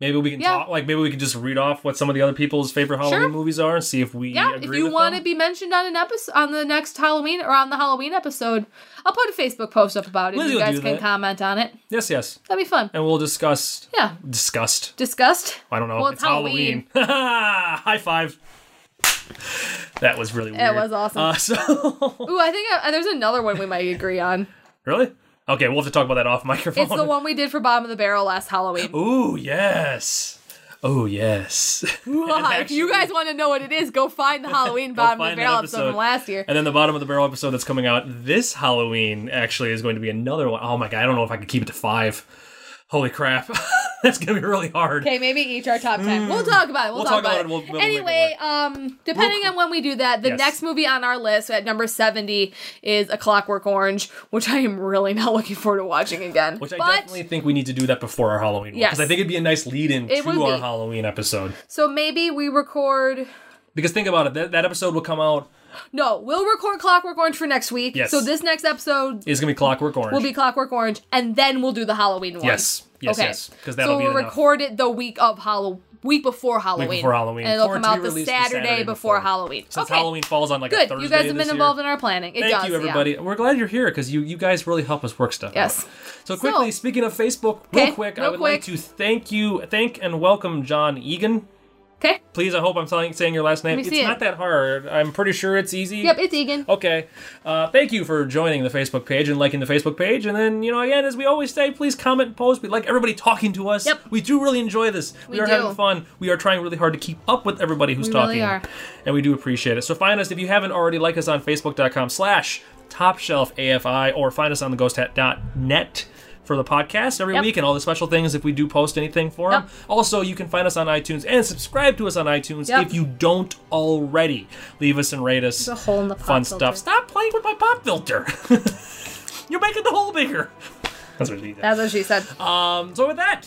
[SPEAKER 2] maybe we can
[SPEAKER 3] Yeah.
[SPEAKER 2] talk. Like maybe we can just read off what some of the other people's favorite Halloween
[SPEAKER 3] Sure.
[SPEAKER 2] movies are and see if we
[SPEAKER 3] Yeah,
[SPEAKER 2] agree
[SPEAKER 3] if you
[SPEAKER 2] with
[SPEAKER 3] want to
[SPEAKER 2] them.
[SPEAKER 3] be mentioned on an episode on the next Halloween or on the Halloween episode, I'll put a Facebook post up about it.
[SPEAKER 2] Lizzie
[SPEAKER 3] you
[SPEAKER 2] will
[SPEAKER 3] guys
[SPEAKER 2] do
[SPEAKER 3] can
[SPEAKER 2] that.
[SPEAKER 3] comment on it.
[SPEAKER 2] Yes, yes,
[SPEAKER 3] That'd be fun.
[SPEAKER 2] and we'll discuss.
[SPEAKER 3] Yeah.
[SPEAKER 2] Discussed.
[SPEAKER 3] Discussed.
[SPEAKER 2] I don't know.
[SPEAKER 3] Well, it's
[SPEAKER 2] Halloween. High five. That was really weird.
[SPEAKER 3] It was awesome.
[SPEAKER 2] Uh, so
[SPEAKER 3] Ooh, I think I, there's another one we might agree on.
[SPEAKER 2] really, okay, we'll have to talk about that off microphone.
[SPEAKER 3] It's the one we did for Bottom of the Barrel last Halloween.
[SPEAKER 2] Ooh yes. Oh yes.
[SPEAKER 3] Why? if you guys want to know what it is, go find the Halloween Bottom of the
[SPEAKER 2] find that
[SPEAKER 3] Barrel episode from
[SPEAKER 2] episode.
[SPEAKER 3] last year.
[SPEAKER 2] And then the bottom of the barrel episode that's coming out this Halloween actually is going to be another one. Oh my god, I don't know if I could keep it to five. Holy crap, that's gonna be really hard.
[SPEAKER 3] Okay, maybe each our top ten. We'll talk about it. We'll, talk, about, it.
[SPEAKER 2] Hmm. We'll- we'll make it
[SPEAKER 3] anyway, um, depending on when we do that, the
[SPEAKER 2] Yes.
[SPEAKER 3] next movie on our list at number seventy is A Clockwork Orange, which I am really not looking forward to watching again.
[SPEAKER 2] Which I
[SPEAKER 3] but
[SPEAKER 2] definitely think we need to do that before our Halloween.
[SPEAKER 3] Yes.
[SPEAKER 2] because I think it'd be a nice lead-in
[SPEAKER 3] It
[SPEAKER 2] to
[SPEAKER 3] would
[SPEAKER 2] our
[SPEAKER 3] be.
[SPEAKER 2] Halloween episode.
[SPEAKER 3] so maybe we record.
[SPEAKER 2] Because think about it, that, that episode will come out
[SPEAKER 3] No, we'll record Clockwork Orange for next week.
[SPEAKER 2] Yes.
[SPEAKER 3] So this next episode
[SPEAKER 2] is gonna be Clockwork Orange.
[SPEAKER 3] will be Clockwork Orange, and then we'll do the Halloween one.
[SPEAKER 2] yes, yes,
[SPEAKER 3] okay.
[SPEAKER 2] yes. Because that'll
[SPEAKER 3] so
[SPEAKER 2] be
[SPEAKER 3] we'll
[SPEAKER 2] enough.
[SPEAKER 3] record it the week of Halloween. Week before Halloween.
[SPEAKER 2] before Halloween.
[SPEAKER 3] And it'll
[SPEAKER 2] For
[SPEAKER 3] come
[SPEAKER 2] it to be
[SPEAKER 3] out the
[SPEAKER 2] released
[SPEAKER 3] Saturday,
[SPEAKER 2] the Saturday
[SPEAKER 3] before
[SPEAKER 2] before.
[SPEAKER 3] Halloween.
[SPEAKER 2] Since
[SPEAKER 3] okay.
[SPEAKER 2] Halloween falls on like a
[SPEAKER 3] Good.
[SPEAKER 2] Thursday
[SPEAKER 3] You guys have
[SPEAKER 2] this
[SPEAKER 3] been
[SPEAKER 2] year.
[SPEAKER 3] involved in our planning. It
[SPEAKER 2] Thank
[SPEAKER 3] does,
[SPEAKER 2] you,
[SPEAKER 3] yeah.
[SPEAKER 2] everybody. We're glad you're here because you, you guys really help us work stuff.
[SPEAKER 3] Yes.
[SPEAKER 2] out. So quickly,
[SPEAKER 3] So-
[SPEAKER 2] speaking of Facebook,
[SPEAKER 3] Okay,
[SPEAKER 2] real quick, I
[SPEAKER 3] real
[SPEAKER 2] would like
[SPEAKER 3] quick.
[SPEAKER 2] to thank you, thank and welcome John Egan.
[SPEAKER 3] Okay.
[SPEAKER 2] Please, I hope I'm telling, saying your last name.
[SPEAKER 3] me
[SPEAKER 2] It's
[SPEAKER 3] see it.
[SPEAKER 2] not that hard. I'm pretty sure it's easy.
[SPEAKER 3] Yep, it's Egan.
[SPEAKER 2] Okay. Uh, thank you for joining the Facebook page and liking the Facebook page. And then, you know, again, as we always say, please comment and post. We like everybody talking to us.
[SPEAKER 3] Yep.
[SPEAKER 2] We do really enjoy this. We,
[SPEAKER 3] We
[SPEAKER 2] are
[SPEAKER 3] do.
[SPEAKER 2] having fun. We are trying really hard to keep up with everybody who's
[SPEAKER 3] We
[SPEAKER 2] talking.
[SPEAKER 3] really are.
[SPEAKER 2] And we do appreciate it. So find us if you haven't already, like us on Facebook.com slash Top Shelf AFI or find us on theghost.net for the podcast every
[SPEAKER 3] Yep.
[SPEAKER 2] week and all the special things if we do post anything for them.
[SPEAKER 3] Yep.
[SPEAKER 2] Also, you can find us on iTunes and subscribe to us on iTunes
[SPEAKER 3] Yep.
[SPEAKER 2] if you don't already. Leave us and rate us
[SPEAKER 3] a hole in the pop
[SPEAKER 2] fun
[SPEAKER 3] filter.
[SPEAKER 2] stuff. Stop playing with my pop filter. You're making the hole bigger. That's what she did.
[SPEAKER 3] That's what she said.
[SPEAKER 2] Um, so with that,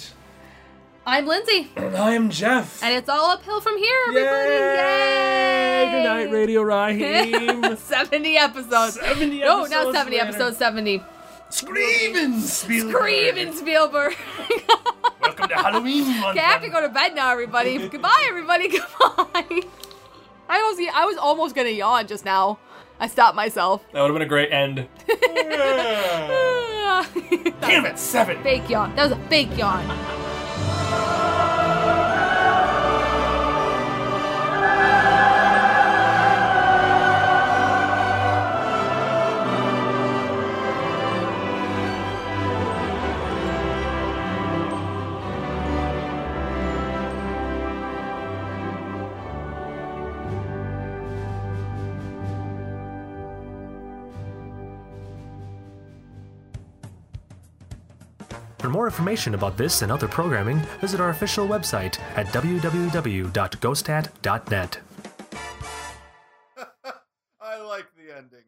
[SPEAKER 3] I'm Lindsay, and
[SPEAKER 2] I'm Jeff.
[SPEAKER 3] it's all uphill from here, everybody.
[SPEAKER 2] Yay!
[SPEAKER 3] Yay!
[SPEAKER 2] Good night, Radio Raheem.
[SPEAKER 3] 70 episodes.
[SPEAKER 2] 70
[SPEAKER 3] no, not
[SPEAKER 2] episodes
[SPEAKER 3] 70
[SPEAKER 2] later.
[SPEAKER 3] episodes, 70.
[SPEAKER 2] Screaming Spielberg.
[SPEAKER 3] Screaming Spielberg.
[SPEAKER 2] Welcome to Halloween month.
[SPEAKER 3] okay, I have to go to bed now, everybody. Goodbye, everybody. Goodbye. I was, I was almost going to yawn just now. I stopped myself.
[SPEAKER 2] That would have been a great end. Damn it, seven.
[SPEAKER 3] Fake yawn. That was a fake yawn.
[SPEAKER 4] For more information about this and other programming, visit our official website at www.ghostat.net.
[SPEAKER 5] I like the ending.